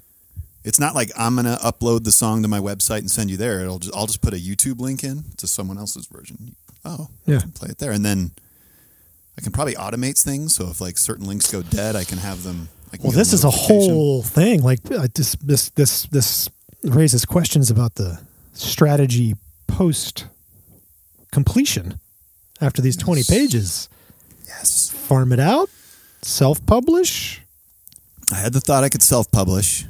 Speaker 2: it's not like I'm going to upload the song to my website and send you there. It'll just I'll just put a YouTube link in to someone else's version. Oh,
Speaker 1: Yeah.
Speaker 2: I can play it there, and then I can probably automate things. So if like certain links go dead, I can have them. I can
Speaker 1: Well,
Speaker 2: get
Speaker 1: this is a
Speaker 2: notification.
Speaker 1: whole thing. Like I just this this this raises questions about the strategy post completion after these 20 pages.
Speaker 2: Yes,
Speaker 1: Farm it out, self-publish.
Speaker 2: I had the thought I could self-publish,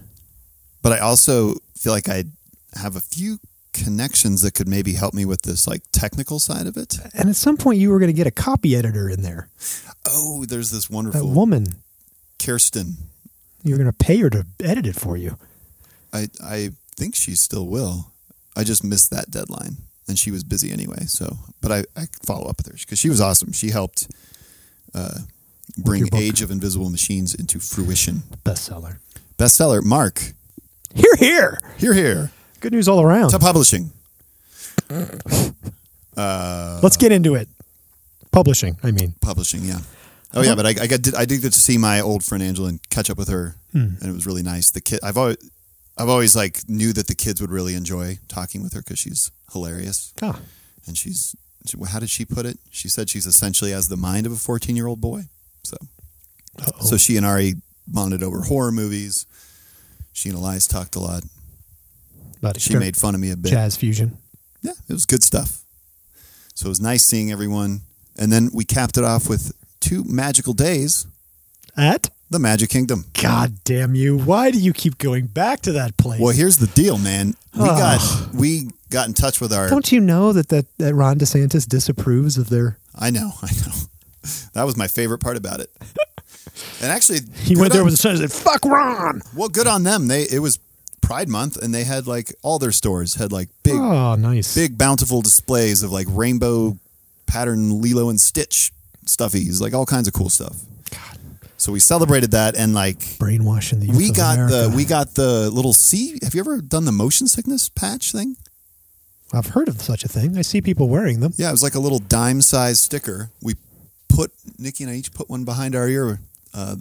Speaker 2: but I also feel like I have a few connections that could maybe help me with this like technical side of it.
Speaker 1: And at some point you were going to get a copy editor in there.
Speaker 2: Oh, there's this
Speaker 1: That
Speaker 2: wonderful
Speaker 1: woman.
Speaker 2: Kirsten
Speaker 1: You're going to pay her to edit it for you.
Speaker 2: I I think she still will. I just missed that deadline, and she was busy anyway. So, but I, I follow up with her because she was awesome. She helped uh, bring
Speaker 1: your book.
Speaker 2: Age of Invisible Machines into fruition.
Speaker 1: Bestseller.
Speaker 2: Bestseller, Mark.
Speaker 1: Here, here.
Speaker 2: Here, here.
Speaker 1: Good news all around.
Speaker 2: To publishing.
Speaker 1: Let's get into it. Publishing, I mean.
Speaker 2: Publishing, yeah. Oh
Speaker 1: Uh-huh.
Speaker 2: yeah, but I, I got did, I did get to see my old friend Angela and catch up with her,
Speaker 1: Hmm.
Speaker 2: and it was really nice. The kid, I've always, I've always like knew that the kids would really enjoy talking with her because she's hilarious.
Speaker 1: Ah,
Speaker 2: and she's she, how did she put it? She said she's essentially has the mind of a 14 year old boy. So,
Speaker 1: Oh.
Speaker 2: so she and Ari bonded over horror movies. She and Elias talked a lot.
Speaker 1: about
Speaker 2: She
Speaker 1: extra-
Speaker 2: made fun of me a bit.
Speaker 1: jazz fusion.
Speaker 2: Yeah, it was good stuff. So it was nice seeing everyone. And then we capped it off with two magical days,
Speaker 1: At?
Speaker 2: the Magic Kingdom.
Speaker 1: God damn you. Why do you keep going back to that place?
Speaker 2: Well, here's the deal, man. We got we got in touch with our.
Speaker 1: Ah. Don't you know that, that, that Ron DeSantis disapproves of their.
Speaker 2: I know, I know. That was my favorite part about it. And actually,
Speaker 1: He
Speaker 2: good
Speaker 1: went there
Speaker 2: on-
Speaker 1: with a son and said, fuck Ron.
Speaker 2: Well, good on them. They it was Pride Month, and they had like all their stores had like big,
Speaker 1: Oh, nice.
Speaker 2: big bountiful displays of like rainbow pattern Lilo and Stitch stuffies, like all kinds of cool stuff. So we celebrated that, and like
Speaker 1: Brainwashing the youth
Speaker 2: we
Speaker 1: of
Speaker 2: got
Speaker 1: America.
Speaker 2: the we got the little C. Have you ever done the motion sickness patch thing?
Speaker 1: I've heard of such a thing. I see people wearing them.
Speaker 2: Yeah, it was like a little dime size sticker. We put Nikki and I each put one behind our ear uh,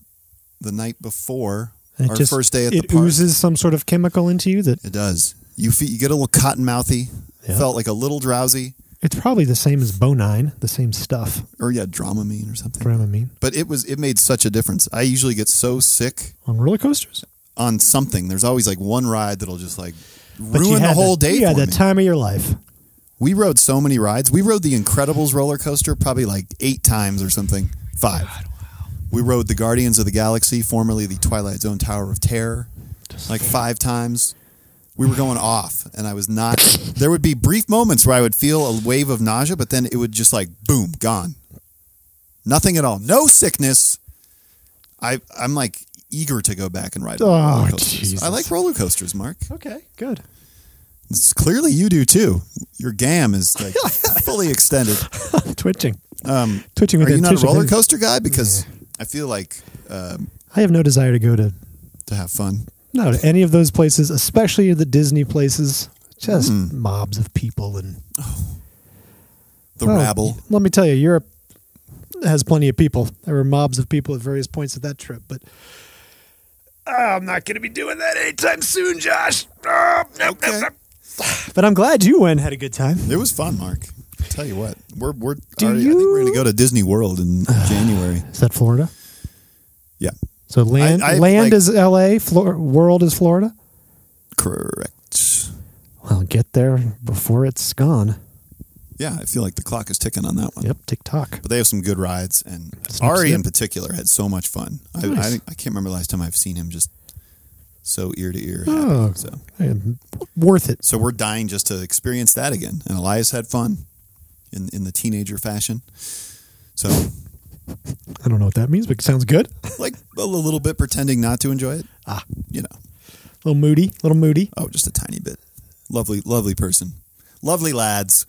Speaker 2: the night before
Speaker 1: And it
Speaker 2: our
Speaker 1: just-
Speaker 2: first day at
Speaker 1: it
Speaker 2: the park.
Speaker 1: oozes some sort of chemical into you that
Speaker 2: It does. You fe you get a little cotton mouthy.
Speaker 1: Yeah.
Speaker 2: Felt like a little drowsy,
Speaker 1: it's probably the same as Bonine, the same stuff.
Speaker 2: or yeah, Dramamine or something.
Speaker 1: Dramamine
Speaker 2: But it was it made such a difference. I usually get so sick
Speaker 1: on roller coasters.
Speaker 2: on something. There's always like one ride that'll just like
Speaker 1: But you
Speaker 2: ruin the
Speaker 1: had
Speaker 2: whole day
Speaker 1: You
Speaker 2: for
Speaker 1: had
Speaker 2: me.
Speaker 1: the time of your life.
Speaker 2: we rode so many rides. We rode the Incredibles roller coaster probably like eight times or something. Five. We rode the Guardians of the Galaxy, formerly the Twilight Zone Tower of Terror, like five times. We were going off, and I was not. There would be brief moments where I would feel a wave of nausea, but then it would just like boom, gone. Nothing at all. No sickness. I I'm like eager to go back and ride
Speaker 1: Oh,
Speaker 2: roller coasters.
Speaker 1: Jesus.
Speaker 2: I like roller coasters, Mark.
Speaker 1: Okay, good.
Speaker 2: It's clearly you do too. Your gam is like fully extended.
Speaker 1: Twitching,
Speaker 2: Um,
Speaker 1: twitching with
Speaker 2: are you not a
Speaker 1: anticipation.
Speaker 2: roller coaster guy? Because I feel like um,
Speaker 1: I have no desire to go to
Speaker 2: to have fun.
Speaker 1: no to any of those places, especially the Disney places. Just
Speaker 2: Hmm.
Speaker 1: mobs of people and
Speaker 2: The
Speaker 1: Well,
Speaker 2: rabble.
Speaker 1: Let me tell you, Europe has plenty of people. There were mobs of people at various points of that trip, but ah, I'm not going to be doing that anytime soon, Josh. Ah, nope, nope,
Speaker 2: Okay.
Speaker 1: nope. But I'm glad you went and had a good time.
Speaker 2: It was fun, Mark. I'll tell you what, we're we're
Speaker 1: Do
Speaker 2: already, I think we're
Speaker 1: you-
Speaker 2: going to go to Disney World in January.
Speaker 1: Is that Florida?
Speaker 2: Yeah,
Speaker 1: So land
Speaker 2: I-
Speaker 1: land
Speaker 2: like-
Speaker 1: is L.A. Flor- world is Florida.
Speaker 2: correct.
Speaker 1: Well, get there before it's gone.
Speaker 2: Yeah, I feel like the clock is ticking on that one.
Speaker 1: Yep, tick tock.
Speaker 2: But they have some good rides, and
Speaker 1: Snip,
Speaker 2: Ari in
Speaker 1: snip.
Speaker 2: particular had so much fun. I,
Speaker 1: Nice.
Speaker 2: I, I can't remember the last time I've seen him just so ear to ear.
Speaker 1: Oh.
Speaker 2: happy, So.
Speaker 1: And worth it.
Speaker 2: So we're dying just to experience that again. And Elias had fun in, in the teenager fashion. So,
Speaker 1: I don't know what that means, but it sounds good. A
Speaker 2: like a little bit pretending not to enjoy it.
Speaker 1: Ah.
Speaker 2: You know,
Speaker 1: little moody, a little moody.
Speaker 2: oh, just a tiny bit. Lovely, lovely person. Lovely lads.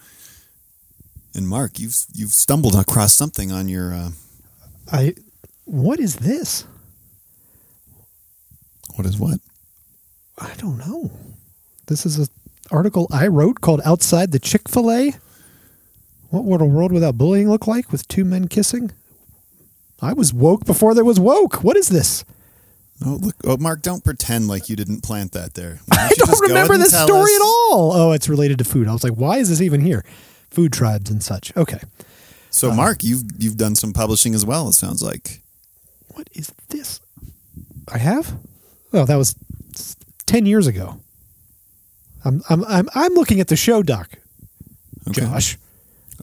Speaker 2: And Mark, you've you've stumbled across something on your. Uh,
Speaker 1: I. What is this?
Speaker 2: what is what?
Speaker 1: I don't know. This is an article I wrote called Outside the Chick fil A. What would a world without bullying look like with two men kissing? I was woke before there was woke. What is this?
Speaker 2: Oh look! Oh, Mark, don't pretend like you didn't plant that there.
Speaker 1: I don't remember this story at all. Oh, it's related to food. I was like, why is this even here? Food tribes and such. Okay.
Speaker 2: So, Mark, you've you've done some publishing as well. It sounds like.
Speaker 1: What is this? I have? Oh, that was 10 years ago. I'm, I'm, I'm, I'm looking at the show doc,
Speaker 2: Okay.
Speaker 1: Josh.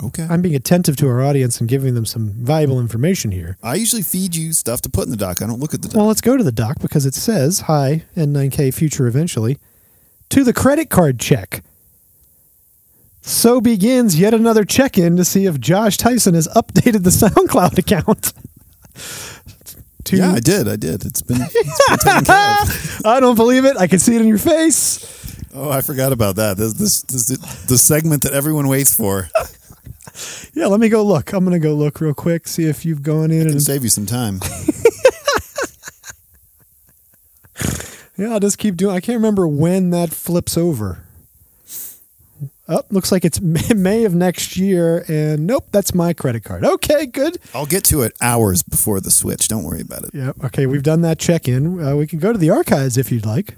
Speaker 2: Okay.
Speaker 1: I'm being attentive to our audience and giving them some valuable
Speaker 2: Hmm.
Speaker 1: information here.
Speaker 2: I usually feed you stuff to put in the dock. I don't look at the dock.
Speaker 1: Well, let's go to the doc because it says, Hi, N9K future eventually, to the credit card check. So begins yet another check in to see if Josh Tyson has updated the SoundCloud account. to
Speaker 2: yeah, I did. I did. It's been, it's been taken care of.
Speaker 1: I don't believe it. I can see it in your face.
Speaker 2: Oh, I forgot about that. This, this, this the segment that everyone waits for.
Speaker 1: Yeah, let me go look. I'm gonna go look real quick, see if you've gone in
Speaker 2: It'll
Speaker 1: and
Speaker 2: save you some time.
Speaker 1: yeah, I'll just keep doing. I can't remember when that flips over. Oh, looks like it's May May of next year, and nope, that's my credit card. Okay, good.
Speaker 2: I'll get to it hours before the switch. Don't worry about it.
Speaker 1: Yeah, okay, we've done that check in. Uh, we can go to the archives if you'd like.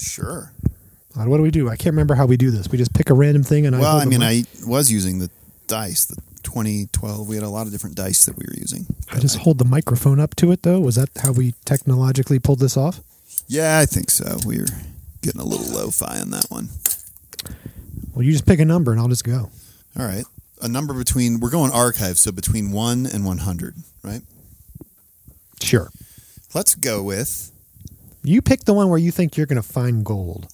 Speaker 2: Sure.
Speaker 1: Uh, What do we do? I can't remember how we do this. We just pick a random thing, and I
Speaker 2: Well,
Speaker 1: hold
Speaker 2: I
Speaker 1: them
Speaker 2: mean,
Speaker 1: up.
Speaker 2: I was using the dice, the 2012. We had a lot of different dice that we were using.
Speaker 1: I just hold the microphone up to it, though. Was that how we technologically pulled this off?
Speaker 2: Yeah, I think so. We were getting a little lo-fi on that one.
Speaker 1: Well, you just pick a number, and I'll just go.
Speaker 2: All right. A number between, we're going archive, so between 1 and 100, right?
Speaker 1: Sure.
Speaker 2: Let's go with,
Speaker 1: You pick the one where you think you're going to find gold.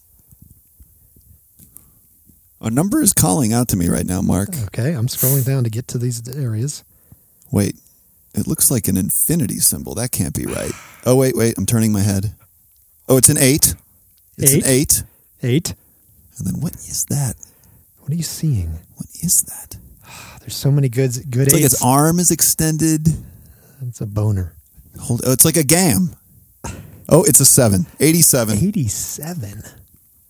Speaker 2: a number is calling out to me right now, Mark.
Speaker 1: Okay, I'm scrolling down to get to these areas.
Speaker 2: Wait, it looks like an infinity symbol. That can't be right. Oh, wait, wait, I'm turning my head. Oh, it's an 8. It's
Speaker 1: Eight.
Speaker 2: an 8.
Speaker 1: Eight.
Speaker 2: And then what is that?
Speaker 1: What are you seeing? Ah,
Speaker 2: What is that?
Speaker 1: There's so many goods, good
Speaker 2: It's like
Speaker 1: eights.
Speaker 2: its arm is extended.
Speaker 1: It's a boner.
Speaker 2: Hold. Oh, it's like a gam. Oh, it's a seven. Eighty-seven.
Speaker 1: 87.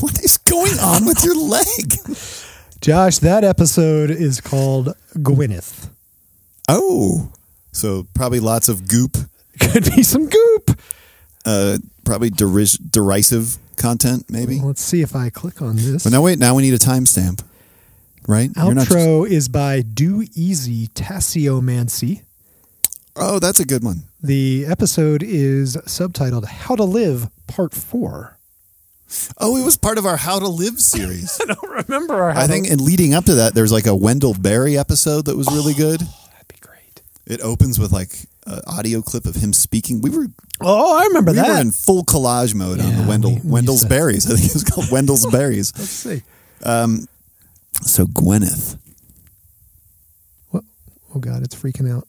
Speaker 2: what is going on with your leg?
Speaker 1: Josh, that episode is called Gwyneth.
Speaker 2: Oh, so probably lots of goop.
Speaker 1: Could be some goop.
Speaker 2: Uh, probably deris- derisive content, maybe.
Speaker 1: Let's see if I click on this.
Speaker 2: But now wait, now we need a timestamp, right? You're not just-
Speaker 1: Outro is by Do Easy Tassiomancy.
Speaker 2: oh, that's a good one.
Speaker 1: The episode is subtitled How to Live Part 4.
Speaker 2: Oh, it was part of our How to Live series.
Speaker 1: I don't remember our
Speaker 2: I think, and leading up to that, there's like a Wendell Berry episode that was
Speaker 1: Oh.
Speaker 2: really good.
Speaker 1: that'd be great.
Speaker 2: It opens with like an audio clip of him speaking. We were
Speaker 1: Oh, I remember
Speaker 2: we
Speaker 1: that.
Speaker 2: were in full collage mode on
Speaker 1: Yeah,
Speaker 2: the Wendell
Speaker 1: we- we
Speaker 2: Wendell's
Speaker 1: used to-
Speaker 2: berries. I think it was called Wendell's berries. Um,
Speaker 1: Let's see.
Speaker 2: So Gwyneth,
Speaker 1: What? Oh God, it's freaking out.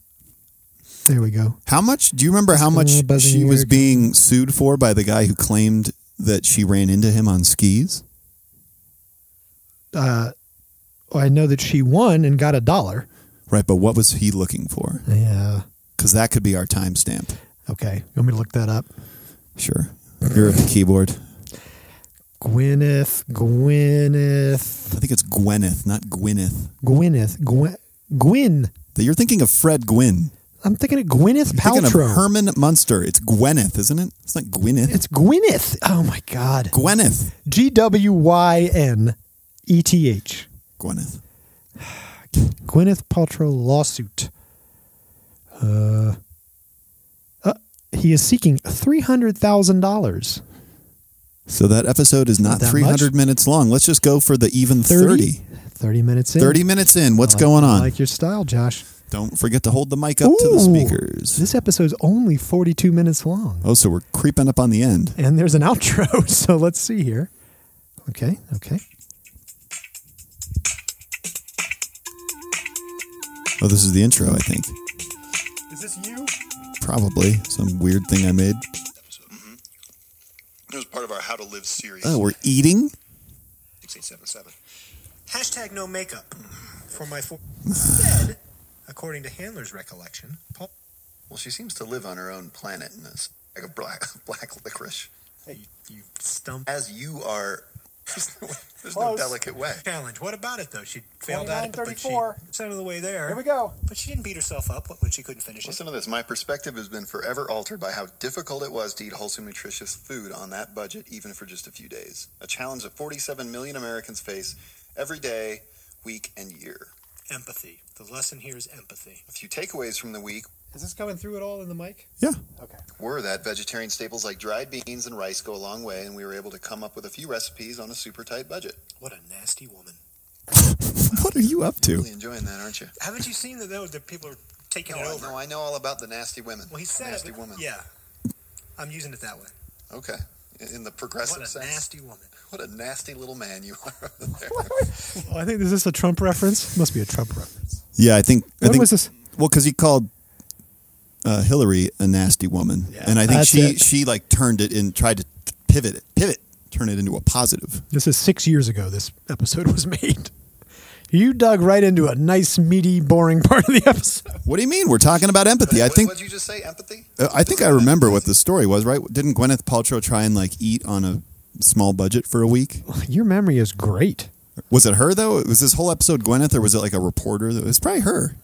Speaker 1: There we go.
Speaker 2: how much do you remember? How much
Speaker 1: Uh, buzzing
Speaker 2: she was
Speaker 1: weird.
Speaker 2: being sued for by the guy who claimed that she ran into him on skis?
Speaker 1: Uh, I know that she won and got a dollar.
Speaker 2: Right, but what was he looking for?
Speaker 1: Yeah.
Speaker 2: Because that could be our timestamp.
Speaker 1: Okay. You want me to look that up?
Speaker 2: Sure, you're at the keyboard.
Speaker 1: Gwyneth, Gwyneth,
Speaker 2: I think it's Gwyneth, not Gwyneth.
Speaker 1: Gwyneth, Gwen, Gwyn.
Speaker 2: You're thinking of Fred Gwynn.
Speaker 1: I'm thinking of Gwyneth
Speaker 2: You're thinking
Speaker 1: Paltrow.
Speaker 2: of Herman Munster. It's Gwyneth, isn't it? It's not Gwyneth.
Speaker 1: it's Gwyneth. Oh my God.
Speaker 2: Gwyneth.
Speaker 1: G W Y N E T H.
Speaker 2: Gwyneth.
Speaker 1: Gwyneth Paltrow lawsuit. Uh, uh, he is seeking three hundred thousand dollars.
Speaker 2: So that episode is not
Speaker 1: that
Speaker 2: 300 minutes long. Let's just go for the even 30.
Speaker 1: 30 minutes in.
Speaker 2: 30 minutes in. What's
Speaker 1: I like-
Speaker 2: going
Speaker 1: I
Speaker 2: on?
Speaker 1: like your style, Josh.
Speaker 2: Don't forget to hold the mic up to the
Speaker 1: Ooh,
Speaker 2: speakers.
Speaker 1: This episode's only 42 minutes long.
Speaker 2: Oh, so we're creeping up on the end.
Speaker 1: And there's an outro, so let's see here. Okay, okay.
Speaker 2: Oh, this is the intro, I think.
Speaker 1: Is this you?
Speaker 2: Probably some weird thing I made.
Speaker 3: It was part of our How to Live series.
Speaker 2: Oh, we're eating?
Speaker 3: 1677.
Speaker 1: Hashtag no makeup for my four. Said, according to Handler's recollection, Paul.
Speaker 3: Well, she seems to live on her own planet and it's like a black, black licorice.
Speaker 1: Hey, you stump.
Speaker 3: As you are, there's no, there's no
Speaker 1: Close.
Speaker 3: delicate way.
Speaker 1: Challenge. What about it, though? She
Speaker 4: failed at it, but she- 29:34.
Speaker 1: percent of the way there.
Speaker 4: Here we go.
Speaker 1: But she didn't beat herself up when she couldn't finish
Speaker 3: Listen to this. My perspective has been forever altered by how difficult it was to eat wholesome, nutritious food on that budget, even for just a few days. A challenge that 47 million Americans face every day, week, and year.
Speaker 1: Empathy. The lesson here is empathy.
Speaker 3: A few takeaways from the week
Speaker 1: Is this coming through at all in the mic?
Speaker 2: Yeah.
Speaker 1: Okay.
Speaker 3: were that vegetarian staples like dried beans and rice go a long way, and we were able to come up with a few recipes on a super tight budget.
Speaker 1: What a nasty woman.
Speaker 2: What are you up to?
Speaker 3: Really enjoying that, aren't you?
Speaker 1: Haven't you seen that though that people are taking
Speaker 3: No,
Speaker 1: it
Speaker 3: I
Speaker 1: over?
Speaker 3: know, I know all about the nasty women.
Speaker 1: Well, he said
Speaker 3: nasty
Speaker 1: it,
Speaker 3: woman.
Speaker 1: Yeah, I'm using it that way.
Speaker 3: Okay. In- In the progressive
Speaker 1: What a
Speaker 3: sense.
Speaker 1: nasty woman.
Speaker 3: what a nasty little man you are. there.
Speaker 1: Oh, I think is this a Trump reference? Must be a Trump reference.
Speaker 2: Yeah, I think. I
Speaker 1: When
Speaker 2: think
Speaker 1: was this?
Speaker 2: Well, because he called uh, Hillary a nasty woman,
Speaker 1: Yeah.
Speaker 2: and I think
Speaker 1: That's
Speaker 2: she
Speaker 1: it.
Speaker 2: she like turned it and tried to pivot it, pivot, turn it into a positive.
Speaker 1: This is six years ago. This episode was made. You dug right into a nice, meaty, boring part of the episode.
Speaker 2: What do you mean? We're talking about empathy. I
Speaker 3: What-
Speaker 2: think
Speaker 3: What'd you just say? Empathy?
Speaker 2: uh, I think I remember what the story was. Right? Didn't Gwyneth Paltrow try and like eat on a small budget for a week?
Speaker 1: Your memory is great.
Speaker 2: Was it her though? Was this whole episode Gwyneth, or was it like a reporter? It was probably her.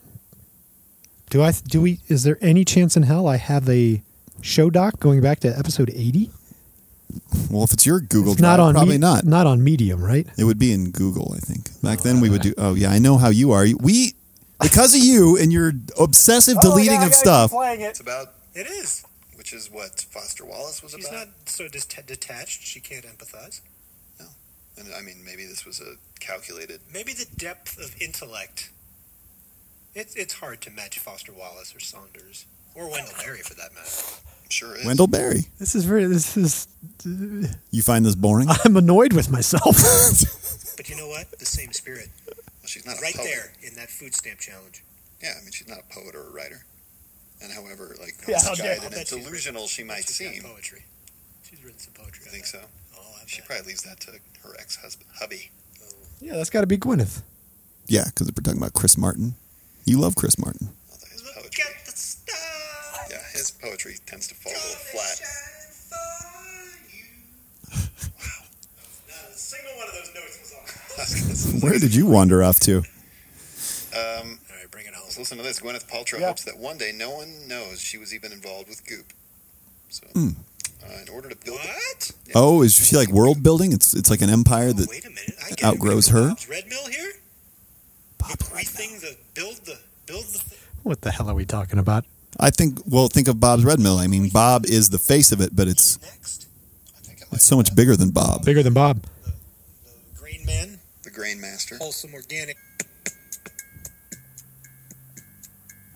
Speaker 1: Do I? Do we? Is there any chance in hell I have a show doc going back to episode eighty?
Speaker 2: Well, if it's your Google
Speaker 1: It's
Speaker 2: Drive,
Speaker 1: not on
Speaker 2: probably
Speaker 1: Me-
Speaker 2: not.
Speaker 1: Not on Medium, right?
Speaker 2: It would be in Google, I think. Back then, we would do. Oh yeah, I know how you are. We because of you and your obsessive
Speaker 4: Oh,
Speaker 3: Oh,
Speaker 2: deleting of stuff.
Speaker 3: It's about,
Speaker 4: It is.
Speaker 3: which is what Foster Wallace was
Speaker 4: She's
Speaker 3: about.
Speaker 4: not so dis- detached. She can't empathize.
Speaker 3: And I mean, maybe this was a calculated.
Speaker 4: Maybe the depth of intellect. It's it's hard to match Foster Wallace or Saunders or Wendell Berry for that matter.
Speaker 3: Sure is.
Speaker 2: Wendell Berry.
Speaker 1: This is very. This is.
Speaker 2: You find this boring?
Speaker 1: I'm annoyed with myself.
Speaker 4: But you know what? The same spirit,
Speaker 3: Well, she's not a
Speaker 4: right
Speaker 3: poet.
Speaker 4: there in that food stamp challenge.
Speaker 3: Yeah, I mean, she's not a poet or a writer. And however, like,
Speaker 1: Yeah, I'll bet-
Speaker 3: misguided
Speaker 4: I'll
Speaker 3: and
Speaker 4: bet she's
Speaker 3: delusional she might
Speaker 4: She's got
Speaker 3: seem. You
Speaker 4: poetry. She's written some poetry. I
Speaker 3: think so?
Speaker 4: Oh, I
Speaker 3: She
Speaker 4: bet.
Speaker 3: probably leaves that to her ex husband, hubby.
Speaker 1: yeah, that's got to be Gwyneth.
Speaker 2: yeah, because we're talking about Chris Martin. You love Chris Martin.
Speaker 3: Although his
Speaker 4: Look
Speaker 3: poetry,
Speaker 4: at the stars.
Speaker 3: yeah, his poetry tends to fall a little flat. I was gonna say,
Speaker 2: Where did you wander off to?
Speaker 3: Um,
Speaker 4: All right, bring it home.
Speaker 3: let's listen to this. Gwyneth Paltrow hopes that one day no one knows she was even involved with Goop. So, uh, in order to build,
Speaker 4: What?
Speaker 2: Hmm. Oh, is she like world building? It's it's like an empire that
Speaker 4: Wait a minute. I get
Speaker 2: outgrows
Speaker 4: it. We go
Speaker 2: her?
Speaker 4: Bob's Red Mill here. Rethink the build the build the. Thing.
Speaker 1: What the hell are we talking about?
Speaker 2: I think. Well, think of Bob's Red Mill. I mean, Bob is the face of it, but it's
Speaker 4: Next,
Speaker 3: I think it might
Speaker 2: it's so much bigger than Bob.
Speaker 1: Bigger than Bob.
Speaker 4: the Green Man,
Speaker 3: be the Grain Master.
Speaker 4: wholesome organic.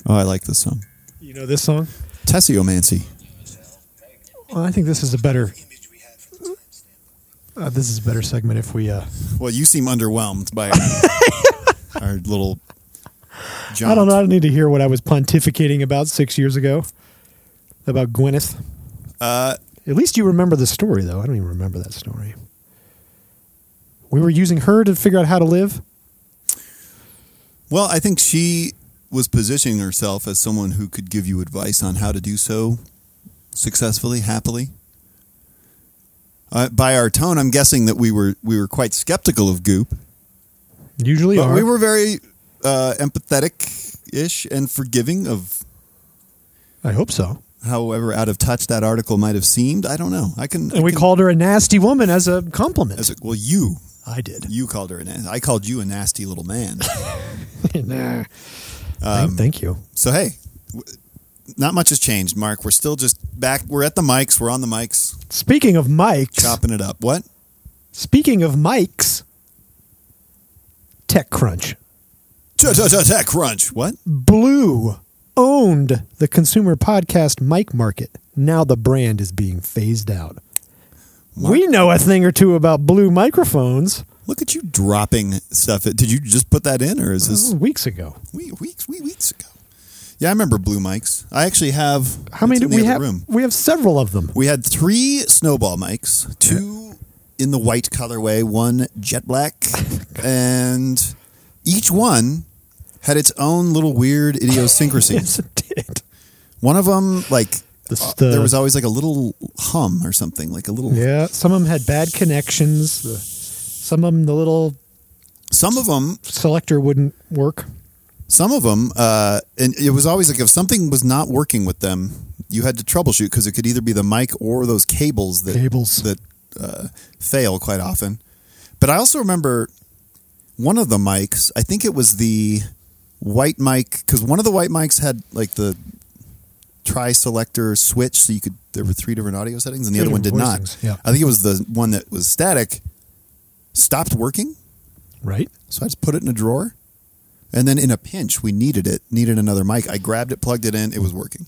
Speaker 2: Oh, I like this song.
Speaker 1: You know this song?
Speaker 2: Tessiomancy.
Speaker 1: Well, I think this is a better.
Speaker 4: Image we had for the timestamp.
Speaker 1: Uh, this is a better segment if we. Uh,
Speaker 2: Well, you seem underwhelmed by our, our little. Jaunt.
Speaker 1: I don't know. I don't need to hear what I was pontificating about six years ago about Gwyneth.
Speaker 2: Uh,
Speaker 1: At least you remember the story, though. I don't even remember that story. We were using her to figure out how to live.
Speaker 2: well, I think she was positioning herself as someone who could give you advice on how to do so successfully, happily. Uh, by our tone, I'm guessing that we were we were quite skeptical of Goop,
Speaker 1: Usually,
Speaker 2: but
Speaker 1: are.
Speaker 2: we were very uh, empathetic ish and forgiving of
Speaker 1: I hope so.
Speaker 2: however out of touch that article might have seemed. I don't know. I can. I
Speaker 1: And we
Speaker 2: can-
Speaker 1: called her a nasty woman as a compliment.
Speaker 2: as a- well, you
Speaker 1: I did.
Speaker 2: you called her a nasty. I called you a nasty little man.
Speaker 1: nah.
Speaker 2: Um,
Speaker 1: thank, thank you.
Speaker 2: So hey, w- not much has changed, Mark. We're still just back. We're at the mics. We're on the mics,
Speaker 1: Speaking of mics,
Speaker 2: chopping it up. What?
Speaker 1: speaking of mics, TechCrunch.
Speaker 2: Tech crunch. What?
Speaker 1: Blue owned the consumer podcast mic market. Now the brand is being phased out. We know a thing or two about blue microphones
Speaker 2: Look at you dropping stuff. Did you just put that in, or is this
Speaker 1: Oh, weeks ago.
Speaker 2: we, weeks we, weeks ago? Yeah, I remember blue mics. I actually have.
Speaker 1: How many
Speaker 2: it's
Speaker 1: do
Speaker 2: in the
Speaker 1: we
Speaker 2: other
Speaker 1: have?
Speaker 2: Room.
Speaker 1: We have several of them.
Speaker 2: We had three snowball mics, two in the white colorway, one jet black,
Speaker 1: Oh
Speaker 2: and each one had its own little weird idiosyncrasies.
Speaker 1: Yes, it did.
Speaker 2: One of them, like
Speaker 1: The-
Speaker 2: uh,
Speaker 1: the-
Speaker 2: there was always like a little hum or something, like a little.
Speaker 1: Yeah, some of them had bad connections. The- Some of them, the little
Speaker 2: Some of them,
Speaker 1: selector wouldn't work.
Speaker 2: some of them, uh, and it was always like if something was not working with them, you had to troubleshoot because it could either be the mic or those cables that
Speaker 1: Cables.
Speaker 2: that uh, fail quite often. But I also remember one of the mics. I think it was the white mic because one of the white mics had like the tri selector switch, so you could. There were three different audio settings, and the
Speaker 1: Three
Speaker 2: other one did
Speaker 1: different
Speaker 2: not.
Speaker 1: voicings, yeah.
Speaker 2: I think it was the one that was static stopped working,
Speaker 1: Right?
Speaker 2: so I just put it in a drawer. And then in a pinch, we needed it, needed another mic. I grabbed it, plugged it in, it was working.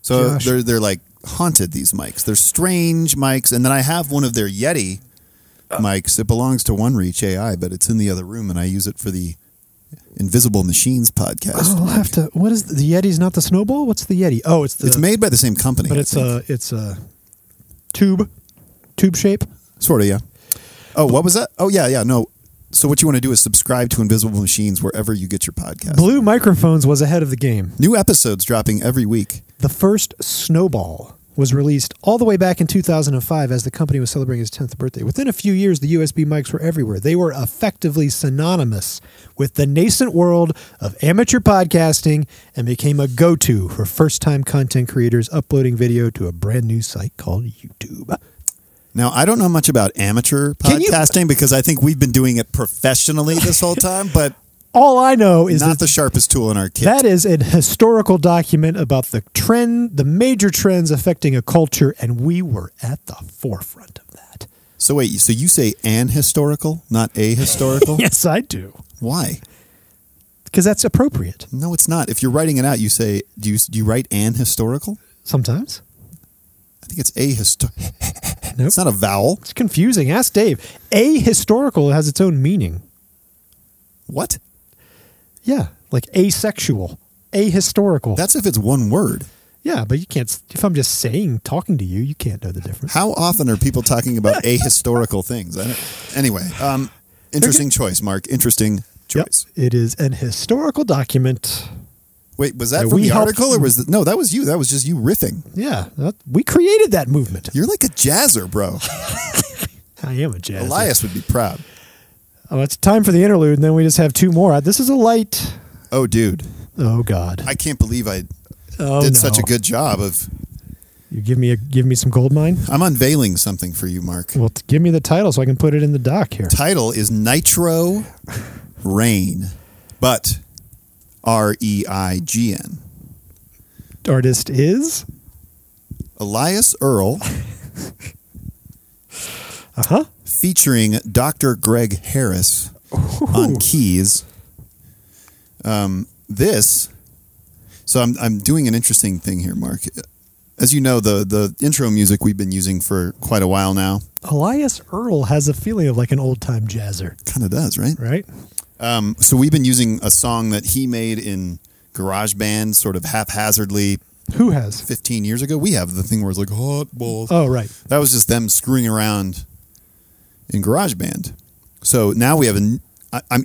Speaker 2: So
Speaker 1: Gosh.
Speaker 2: they're they're like haunted these mics. They're strange mics, and then I have one of their Yeti mics. It belongs to One Reach AI, but it's in the other room, and I use it for the Invisible Machines podcast.
Speaker 1: Oh, I'll have to. What is the, the Yeti's not the snowball? What's the Yeti? Oh, it's the.
Speaker 2: it's made by the same company,
Speaker 1: but it's a it's a tube, tube shape.
Speaker 2: sort of yeah. Oh, what was that? Oh yeah, yeah. No. So what you want to do is subscribe to Invisible Machines wherever you get your podcast.
Speaker 1: Blue microphones was ahead of the game.
Speaker 2: New episodes dropping every week.
Speaker 1: The first Snowball was released all the way back in 2005 as the company was celebrating its 10th birthday. Within a few years, the USB mics were everywhere. They were effectively synonymous with the nascent world of amateur podcasting and became a go to for first time content creators uploading video to a brand new site called YouTube.
Speaker 2: Now I don't know much about amateur
Speaker 1: Can you-
Speaker 2: podcasting because I think we've been doing it professionally this whole time, but
Speaker 1: All I know is
Speaker 2: not
Speaker 1: that
Speaker 2: the sharpest tool in our kit.
Speaker 1: that is an historical document about the trend, the major trends affecting a culture, and we were at the forefront of that.
Speaker 2: so wait, so you say an historical, not a historical?
Speaker 1: Yes, I do.
Speaker 2: Why?
Speaker 1: Because that's appropriate.
Speaker 2: No, it's not. If you're writing it out, you say do you, do you write an historical?
Speaker 1: Sometimes.
Speaker 2: I think it's a historical.
Speaker 1: Nope.
Speaker 2: It's not a vowel.
Speaker 1: It's confusing. Ask Dave. A historical has its own meaning.
Speaker 2: What?
Speaker 1: Yeah, like asexual, ahistorical.
Speaker 2: That's if it's one word.
Speaker 1: yeah, but you can't. If I'm just saying, talking to you, you can't know the difference.
Speaker 2: How often are people talking about ahistorical things? I don't, anyway, um, interesting choice, Mark. Interesting
Speaker 1: Yep,
Speaker 2: choice.
Speaker 1: it is an historical document.
Speaker 2: Wait, was that
Speaker 1: Yeah,
Speaker 2: from
Speaker 1: we
Speaker 2: the
Speaker 1: helped-
Speaker 2: article or was it, no? That was you. That was just you riffing.
Speaker 1: Yeah, that, we created that movement.
Speaker 2: You're like a jazzer, bro.
Speaker 1: I am a jazz.
Speaker 2: Elias would be proud.
Speaker 1: Oh, it's time for the interlude, and then we just have two more. Uh, This is a light.
Speaker 2: Oh, dude,
Speaker 1: Oh God!
Speaker 2: I can't believe I
Speaker 1: oh,
Speaker 2: did
Speaker 1: no.
Speaker 2: such a good job of.
Speaker 1: You give me a give me some gold mine.
Speaker 2: I'm unveiling something for you, Mark.
Speaker 1: Well, t- give me the title so I can put it in the doc here.
Speaker 2: Title is Nitro Rain, but R E I G N.
Speaker 1: Artist is.
Speaker 2: Elias Earl
Speaker 1: Uh huh.
Speaker 2: featuring Dr. Greg Harris on keys. Um, this, so I'm I'm doing an interesting thing here, Mark. As you know, the the intro music we've been using for quite a while now
Speaker 1: Elias Earl has a feeling of like an old time jazzer,
Speaker 2: kind of does, right?
Speaker 1: right?
Speaker 2: Um, so we've been using a song that he made in GarageBand, sort of haphazardly,
Speaker 1: Who has?
Speaker 2: 15 years ago. We have the thing where it's like hot balls.
Speaker 1: Oh, right.
Speaker 2: That was just them screwing around in GarageBand. So now we have an. I- I'm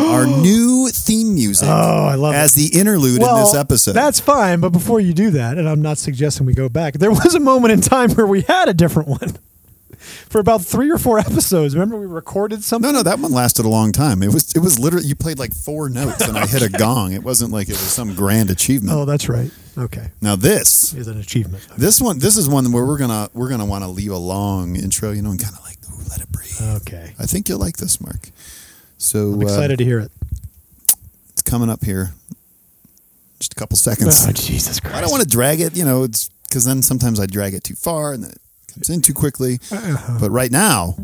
Speaker 2: our new theme music
Speaker 1: Oh, I love
Speaker 2: as the interlude in this episode.
Speaker 1: That's fine, but before you do that, and I'm not suggesting we go back, there was a moment in time where we had a different one for about three or four episodes. Remember, we recorded
Speaker 2: no,
Speaker 1: something?
Speaker 2: no, that one lasted a long time. It was it was literally you played like four notes and I hit a gong. It wasn't like it was some grand achievement.
Speaker 1: Oh, that's right. Okay.
Speaker 2: Now this
Speaker 1: Is an achievement.
Speaker 2: this one this is one where we're gonna we're gonna want to leave a long intro, you know, and kind of like ooh, let it breathe.
Speaker 1: Okay.
Speaker 2: I think you'll like this, Mark. So
Speaker 1: Oh. I'm
Speaker 2: uh,
Speaker 1: excited to hear it.
Speaker 2: it's coming up here. Just a couple seconds.
Speaker 1: Oh, Jesus Christ.
Speaker 2: I don't want to drag it, you know, it's because then sometimes I drag it too far and then it comes in too quickly.
Speaker 1: Uh-huh.
Speaker 2: But right now,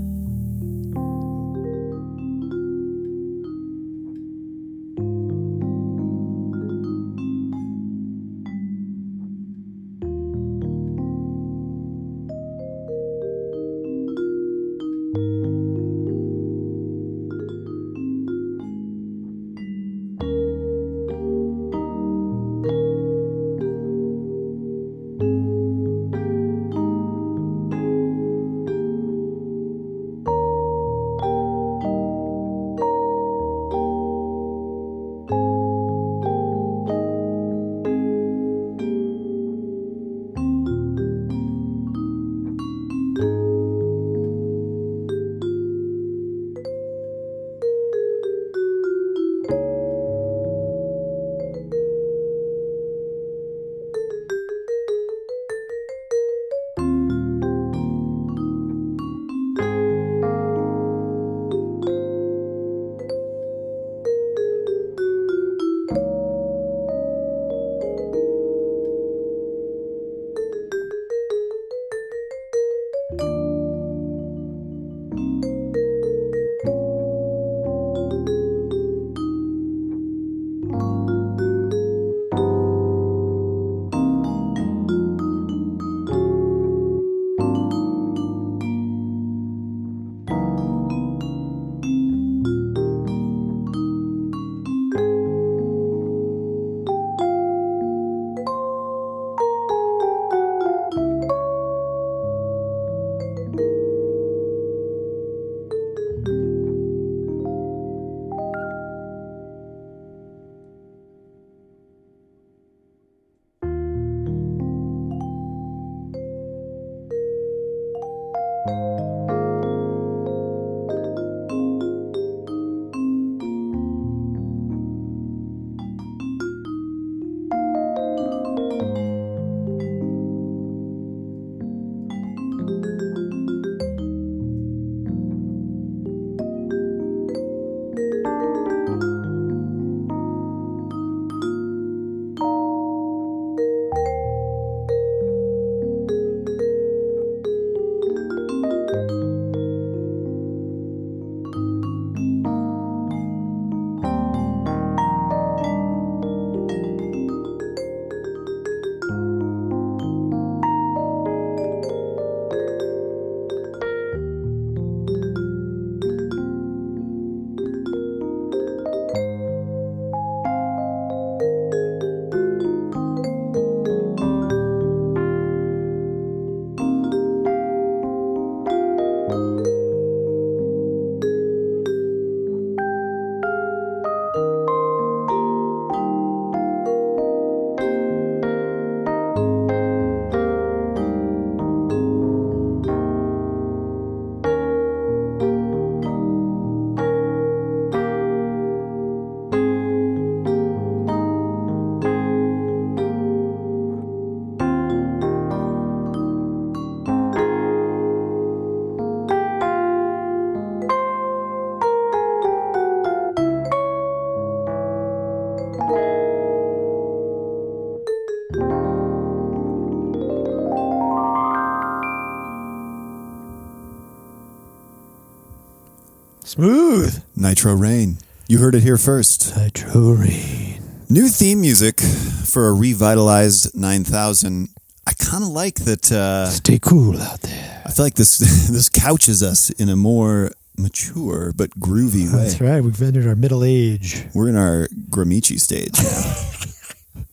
Speaker 1: Smooth.
Speaker 2: Nitro Rain. You heard it here first.
Speaker 1: Nitro Rain.
Speaker 2: New theme music for a revitalized 9000. I kind of like that. Uh,
Speaker 1: Stay cool out there.
Speaker 2: I feel like this this couches us in a more mature but groovy way.
Speaker 1: That's right. We've entered our middle age.
Speaker 2: We're in our Gramici stage now.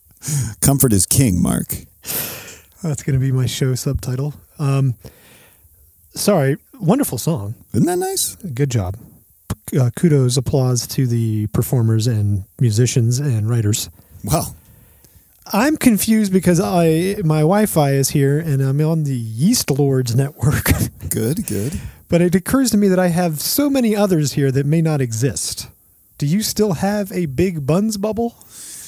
Speaker 2: Comfort is king, Mark.
Speaker 1: That's going to be my show subtitle. Um, sorry. Wonderful song.
Speaker 2: Isn't that nice?
Speaker 1: Good job. Uh, kudos, applause to the performers and musicians and writers.
Speaker 2: Well,
Speaker 1: I'm confused because I my Wi-Fi is here and I'm on the Yeast Lords network,
Speaker 2: good, good.
Speaker 1: but it occurs to me that I have so many others here that may not exist. Do you still have a big buns bubble?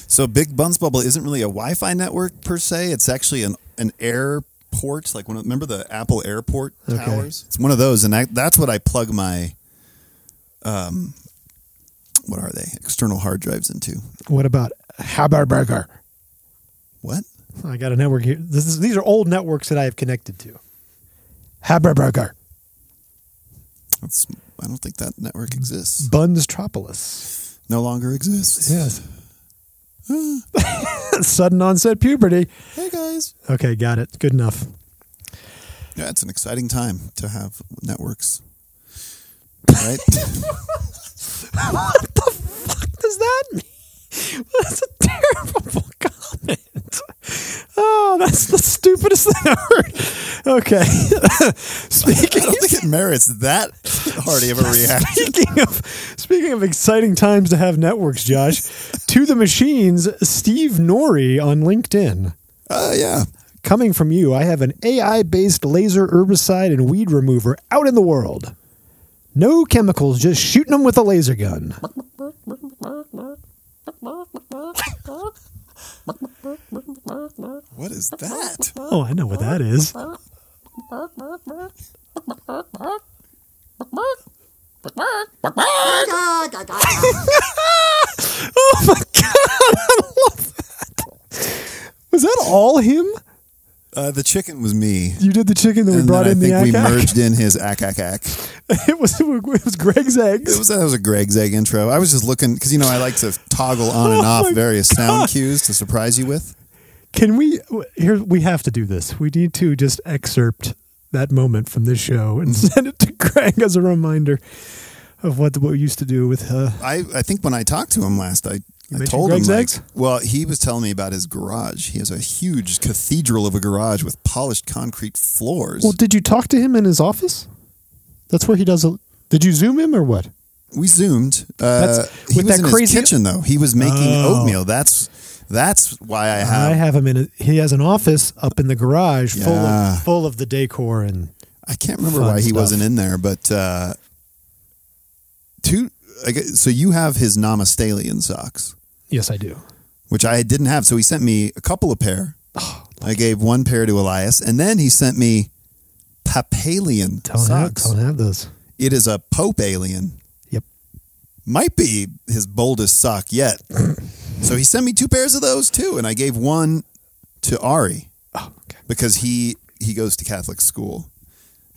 Speaker 2: So Big Buns Bubble isn't really a Wi-Fi network per se. It's actually an an airport, like one of, remember the Apple Airport
Speaker 1: Okay.
Speaker 2: towers. It's one of those, and I, that's what I plug my um, what are they? External hard drives into.
Speaker 1: What about Haberburger?
Speaker 2: What?
Speaker 1: I got a network here. This is, these are old networks that I have connected to. Haberburger,
Speaker 2: That's, I don't think that network exists.
Speaker 1: Buns Tropolis.
Speaker 2: No longer exists.
Speaker 1: Yes. Sudden onset puberty.
Speaker 2: Hey guys.
Speaker 1: Okay, got it. Good enough.
Speaker 2: Yeah, it's an exciting time to have networks. Right?
Speaker 1: What the fuck does that mean? That's a terrible comment. Oh, that's the stupidest thing I heard. Okay.
Speaker 2: I
Speaker 1: speaking
Speaker 2: don't think it merits that hearty of a reaction.
Speaker 1: speaking of speaking of exciting times to have networks, Josh, to the machines, Steve Norrie on LinkedIn.
Speaker 2: Oh yeah.
Speaker 1: Coming from you, I have an AI-based laser herbicide and weed remover out in the world. No chemicals, just shooting them with a laser gun.
Speaker 2: What is that?
Speaker 1: Oh, I know what that is. Oh Oh my god, I love that. Was that all him?
Speaker 2: Uh, the chicken was me.
Speaker 1: You did the chicken that we
Speaker 2: and
Speaker 1: brought
Speaker 2: then
Speaker 1: in
Speaker 2: I
Speaker 1: the
Speaker 2: think we
Speaker 1: ack-ack?
Speaker 2: merged in his ack ack ack.
Speaker 1: It was it was Greg's
Speaker 2: It
Speaker 1: eggs.
Speaker 2: was that was a Greg's egg intro. I was just looking because you know I like to toggle on
Speaker 1: Oh
Speaker 2: and
Speaker 1: my
Speaker 2: off various
Speaker 1: God.
Speaker 2: sound cues to surprise you with.
Speaker 1: Can we here we have to do this. We need to just excerpt that moment from this show and send it to Greg as a reminder of what what we used to do with uh,
Speaker 2: I, I think when I talked to him last, I, I
Speaker 1: mentioned
Speaker 2: told
Speaker 1: Greg's
Speaker 2: him like,
Speaker 1: eggs?
Speaker 2: well, he was telling me about his garage. He has a huge cathedral of a garage with polished concrete floors.
Speaker 1: Well, did you talk to him in his office? That's where he does. A, did you zoom him or what?
Speaker 2: we zoomed. Uh,
Speaker 1: That's-
Speaker 2: he
Speaker 1: with
Speaker 2: was
Speaker 1: that
Speaker 2: in
Speaker 1: crazy-
Speaker 2: his kitchen though. He was making
Speaker 1: Oh.
Speaker 2: oatmeal. That's that's why I have.
Speaker 1: I have him in. A, he has an office up in the garage, full
Speaker 2: Yeah.
Speaker 1: of full of the decor and
Speaker 2: I can't remember
Speaker 1: Fun
Speaker 2: why he
Speaker 1: stuff.
Speaker 2: wasn't in there, but uh, two. I guess, so you have his Namastalian socks,
Speaker 1: yes, I do.
Speaker 2: which I didn't have. So he sent me a couple of pair.
Speaker 1: Oh,
Speaker 2: I gave one pair to Elias, and then he sent me Papalian
Speaker 1: Don't have,
Speaker 2: socks.
Speaker 1: don't have those.
Speaker 2: It is a Pope alien.
Speaker 1: Yep.
Speaker 2: Might be his boldest sock yet. so he sent me two pairs of those too, and I gave one to Ari
Speaker 1: Oh, okay.
Speaker 2: because he he goes to Catholic school.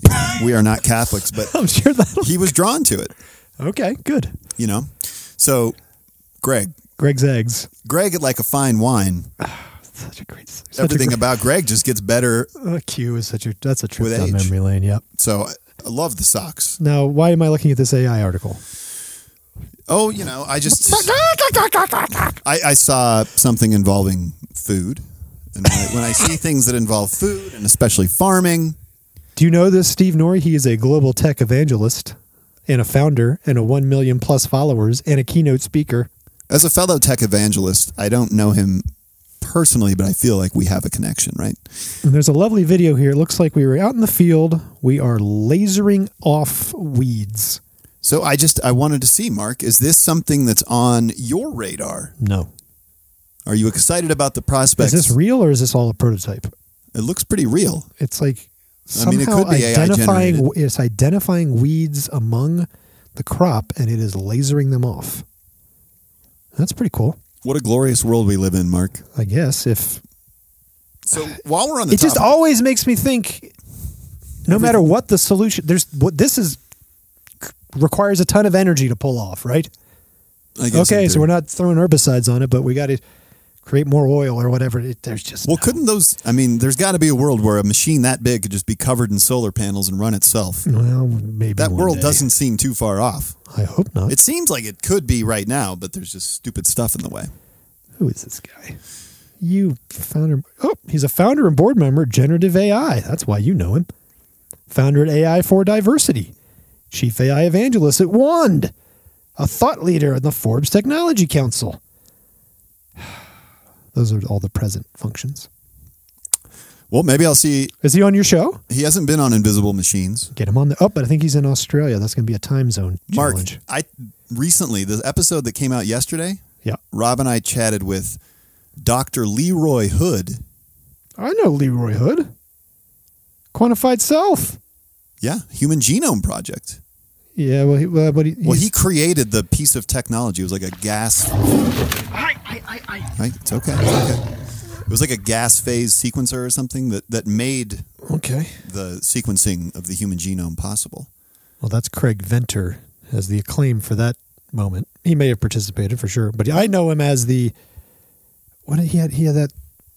Speaker 2: You know, we are not Catholics, but
Speaker 1: I'm sure that.
Speaker 2: he was drawn to it,
Speaker 1: Okay, good.
Speaker 2: you know? So, Greg,
Speaker 1: Greg's eggs.
Speaker 2: Greg, like a fine wine,
Speaker 1: Such a great. Such
Speaker 2: everything
Speaker 1: A
Speaker 2: about Greg just gets better.
Speaker 1: great, uh, Q is such a. That's a trip
Speaker 2: With
Speaker 1: down
Speaker 2: age.
Speaker 1: memory lane. Yep.
Speaker 2: So, I I love the socks.
Speaker 1: Now, why am I looking at this AI article?
Speaker 2: Oh, you know, I just, I, I saw something involving food. And when I, when I see things that involve food and especially farming,
Speaker 1: Do you know this Steve Norrie? He is a global tech evangelist and a founder and a 1 million plus followers and a keynote speaker.
Speaker 2: as a fellow tech evangelist, I don't know him personally, but I feel like we have a connection, right?
Speaker 1: And there's a lovely video here. It looks like we were out in the field. We are lasering off weeds.
Speaker 2: So I just, I wanted to see, Mark, is this something that's on your radar?
Speaker 1: No.
Speaker 2: Are you excited about the prospects?
Speaker 1: Is this real or is this all a prototype?
Speaker 2: It looks pretty real.
Speaker 1: It's like
Speaker 2: I mean, it
Speaker 1: somehow
Speaker 2: could be AI
Speaker 1: identifying
Speaker 2: generated.
Speaker 1: it's identifying weeds among the crop and it is lasering them off. That's pretty cool,
Speaker 2: What a glorious world we live in, Mark.
Speaker 1: I guess. If
Speaker 2: So while we're on the
Speaker 1: it just
Speaker 2: topic-
Speaker 1: always makes me think no matter what the solution there's what this is requires a ton of energy to pull off, right?
Speaker 2: I guess
Speaker 1: Okay,
Speaker 2: in
Speaker 1: so
Speaker 2: theory.
Speaker 1: we're not throwing herbicides on it, but we got to create more oil or whatever. It, there's just
Speaker 2: Well, couldn't those? I mean, there's got to be a world where a machine that big could just be covered in solar panels and run itself.
Speaker 1: well, maybe
Speaker 2: That
Speaker 1: one
Speaker 2: world
Speaker 1: day.
Speaker 2: doesn't seem too far off.
Speaker 1: I hope not.
Speaker 2: It seems like it could be right now, but there's just stupid stuff in the way.
Speaker 1: Who is this guy? You founder. Oh, he's a founder and board member at Generative AI. That's why you know him. Founder at AI for Diversity, chief AI evangelist at WAND, a thought leader in the Forbes Technology Council. Those are all the present functions.
Speaker 2: Well, maybe I'll see.
Speaker 1: Is he on your show?
Speaker 2: He hasn't been on Invisible Machines.
Speaker 1: Get him on the. Oh, but I think he's in Australia. That's going to be a time zone challenge.
Speaker 2: Mark, I recently the episode that came out yesterday.
Speaker 1: Yeah.
Speaker 2: Rob and I chatted with Dr. Leroy Hood.
Speaker 1: I know Leroy Hood. Quantified self.
Speaker 2: Yeah, Human Genome Project.
Speaker 1: Yeah, well, he, well, but he,
Speaker 2: Well,
Speaker 1: he's-
Speaker 2: he created the piece of technology. It was like a gas. Right, it's okay. It's okay. It was like a gas phase sequencer or something that, that made
Speaker 1: okay.
Speaker 2: the sequencing of the human genome possible.
Speaker 1: Well, that's Craig Venter as the acclaim for that moment. He may have participated for sure, but I know him as the what did he had he had that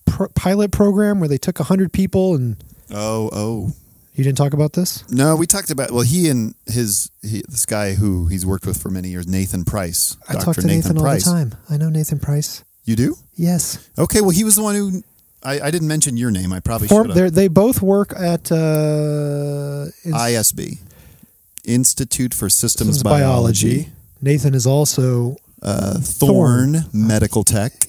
Speaker 1: pro- pilot program where they took hundred people and
Speaker 2: Oh, oh.
Speaker 1: you didn't talk about this.
Speaker 2: No, we talked about well, he and his he, this guy who he's worked with for many years, Nathan Price,
Speaker 1: I talk to Nathan, all the time. I know Nathan Price.
Speaker 2: You do?
Speaker 1: Yes,
Speaker 2: Okay, well, he was the one who I, I didn't mention your name. I probably
Speaker 1: Form,
Speaker 2: should
Speaker 1: they're-
Speaker 2: have.
Speaker 1: they both work at uh, Ins-
Speaker 2: ISB, Institute for Systems,
Speaker 1: Systems
Speaker 2: Biology,
Speaker 1: Nathan is also
Speaker 2: Uh, Thorn, Medical Tech,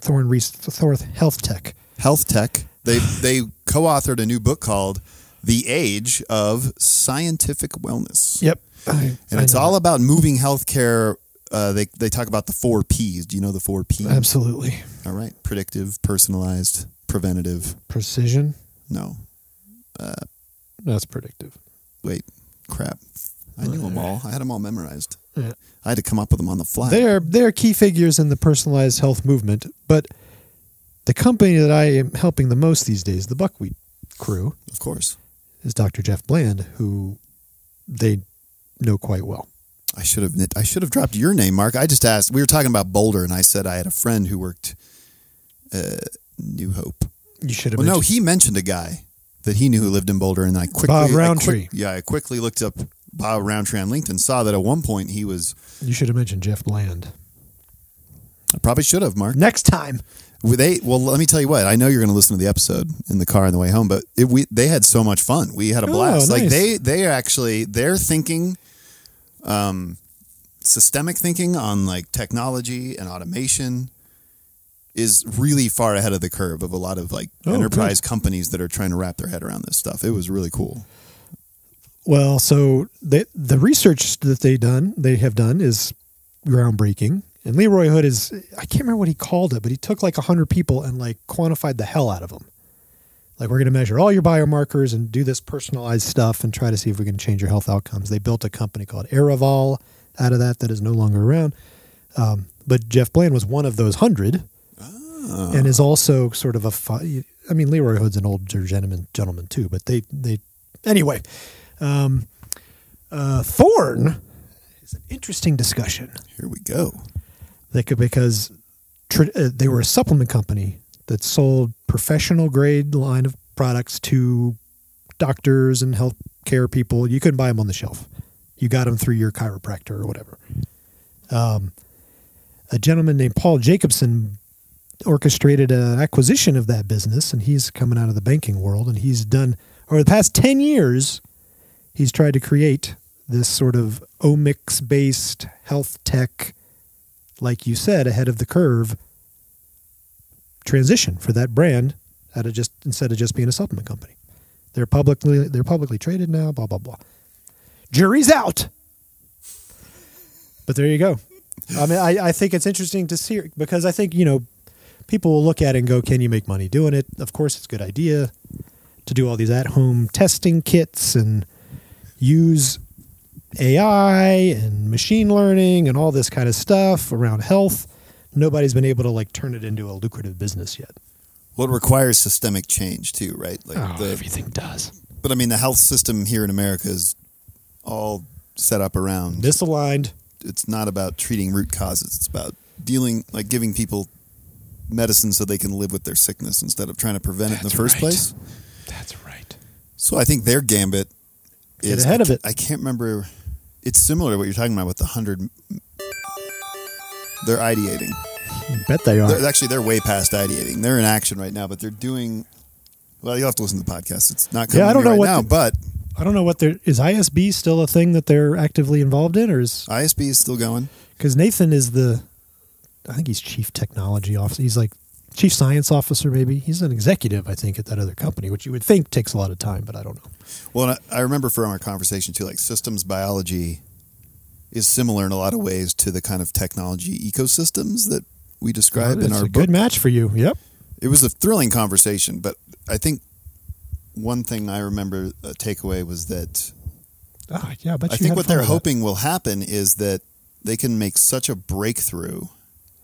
Speaker 1: Thorn Reese Thorth Health Tech.
Speaker 2: Health Tech. They they co-authored a new book called "The Age of Scientific Wellness."
Speaker 1: Yep, I-
Speaker 2: and
Speaker 1: I
Speaker 2: it's
Speaker 1: know
Speaker 2: all
Speaker 1: that.
Speaker 2: about moving healthcare. Uh, they they talk about the four P's. Do you know the four P's?
Speaker 1: absolutely
Speaker 2: All right, predictive, personalized, preventative.
Speaker 1: precision.
Speaker 2: No,
Speaker 1: That's predictive.
Speaker 2: wait, crap. I knew them all. I had them all memorized.
Speaker 1: Yeah.
Speaker 2: I had to come up with them on the fly.
Speaker 1: They're they're key figures in the personalized health movement, but the company that I am helping the most these days, the Buckwheat crew,
Speaker 2: Of course,
Speaker 1: is Dr. Jeff Bland, who they know quite well.
Speaker 2: I should have. I should have dropped your name, Mark. I just asked. We were talking about Boulder, and I said I had a friend who worked uh, New Hope.
Speaker 1: You should have
Speaker 2: Well, no,
Speaker 1: mentioned-
Speaker 2: he mentioned a guy that he knew who lived in Boulder, and I quickly,
Speaker 1: Bob
Speaker 2: I quick-
Speaker 1: Roundtree.
Speaker 2: yeah, I quickly looked up Bob Roundtree on LinkedIn. Saw that at one point he was.
Speaker 1: you should have mentioned Jeff Bland.
Speaker 2: I probably should have, Mark.
Speaker 1: Next time.
Speaker 2: Well, They well, let me tell you what. I know you're going to listen to the episode in the car on the way home, but it, we they had so much fun. We had a
Speaker 1: Oh,
Speaker 2: blast. Like
Speaker 1: nice.
Speaker 2: they they are actually they're thinking, um, systemic thinking on like technology and automation is really far ahead of the curve of a lot of like
Speaker 1: Oh,
Speaker 2: enterprise companies that are trying to wrap their head around this stuff. It was really cool.
Speaker 1: Well, so the the research that they done they have done is groundbreaking. And Leroy Hood is I can't remember what he called it, but he took like hundred people and like quantified the hell out of them. Like we're going to measure all your biomarkers and do this personalized stuff and try to see if we can change your health outcomes. They built a company called Aerovol out of that that is no longer around. Um, but Jeff Bland was one of those hundred, and is also sort of a. Fi- I mean, Leroy Hood's an older gentleman, gentleman too. But they they anyway. Um, uh, Thorn is an interesting discussion
Speaker 2: Here we go.
Speaker 1: they could because tr uh, they were a supplement company that sold professional grade line of products to doctors and health care people. You couldn't buy them on the shelf. You got them through your chiropractor or whatever. Um, a gentleman named Paul Jacobson orchestrated an acquisition of that business, and he's coming out of the banking world, and he's done over the past ten years. He's tried to create this sort of omics based health tech like you said, ahead of the curve transition for that brand out of just instead of just being a supplement company. They're publicly they're publicly traded now, blah blah blah. Jury's out. But there you go. I mean I, I think it's interesting to see because I think, you know, people will look at it and go, Can you make money doing it? Of course it's a good idea to do all these at home testing kits and use AI and machine learning and all this kind of stuff around health. Nobody's been able to like turn it into a lucrative business yet.
Speaker 2: Well, it requires systemic change too,
Speaker 1: Oh,
Speaker 2: right? Like the,
Speaker 1: everything does.
Speaker 2: but I mean, the health system here in America is all set up around.
Speaker 1: misaligned.
Speaker 2: It's not about treating root causes. It's about dealing, like giving people medicine so they can live with their sickness instead of trying to prevent it in
Speaker 1: That's
Speaker 2: the first
Speaker 1: right.
Speaker 2: place.
Speaker 1: That's right.
Speaker 2: So I think their gambit
Speaker 1: Get
Speaker 2: is
Speaker 1: ahead
Speaker 2: I
Speaker 1: of it.
Speaker 2: ca- I can't remember. It's similar to what you're talking about with the hundred. They're ideating.
Speaker 1: Bet they are.
Speaker 2: They're, actually, they're way past ideating. They're in action right now, but they're doing. Well, you'll have to listen to the podcast. It's not coming
Speaker 1: Yeah, I
Speaker 2: to
Speaker 1: don't
Speaker 2: me
Speaker 1: know
Speaker 2: right
Speaker 1: what
Speaker 2: now,
Speaker 1: the-
Speaker 2: but
Speaker 1: I don't know what they're is ISB still a thing that they're actively involved in, or is
Speaker 2: ISB is still going.
Speaker 1: because Nathan is the, I think he's chief technology officer. He's like chief science officer, maybe. He's an executive, I think, at that other company, which you would think takes a lot of time, but I don't know.
Speaker 2: Well, and I, I remember from our conversation too, like systems biology is similar in a lot of ways to the kind of technology ecosystems that we describe in
Speaker 1: it's
Speaker 2: our
Speaker 1: a
Speaker 2: book.
Speaker 1: good match for you. Yep.
Speaker 2: It was a thrilling conversation, but I think one thing I remember a takeaway was that
Speaker 1: Ah, yeah, but
Speaker 2: I think what they're hoping will happen is that they can make such a breakthrough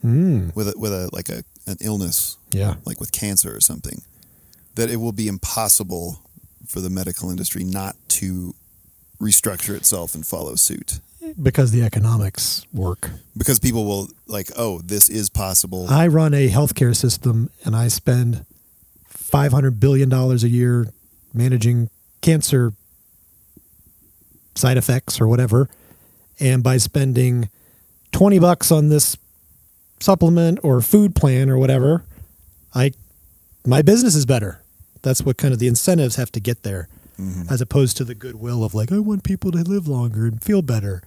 Speaker 1: Mm,
Speaker 2: with a, with a like a an illness
Speaker 1: yeah,
Speaker 2: like with cancer or something that it will be impossible for the medical industry not to restructure itself and follow suit
Speaker 1: because the economics work.
Speaker 2: because people will like oh this is possible
Speaker 1: I run a healthcare system and I spend five hundred billion dollars a year managing cancer side effects or whatever, and by spending twenty bucks on this supplement or food plan or whatever, I my business is better. That's what kind of the incentives have to get there, as opposed to the goodwill of like I want people to live longer and feel better.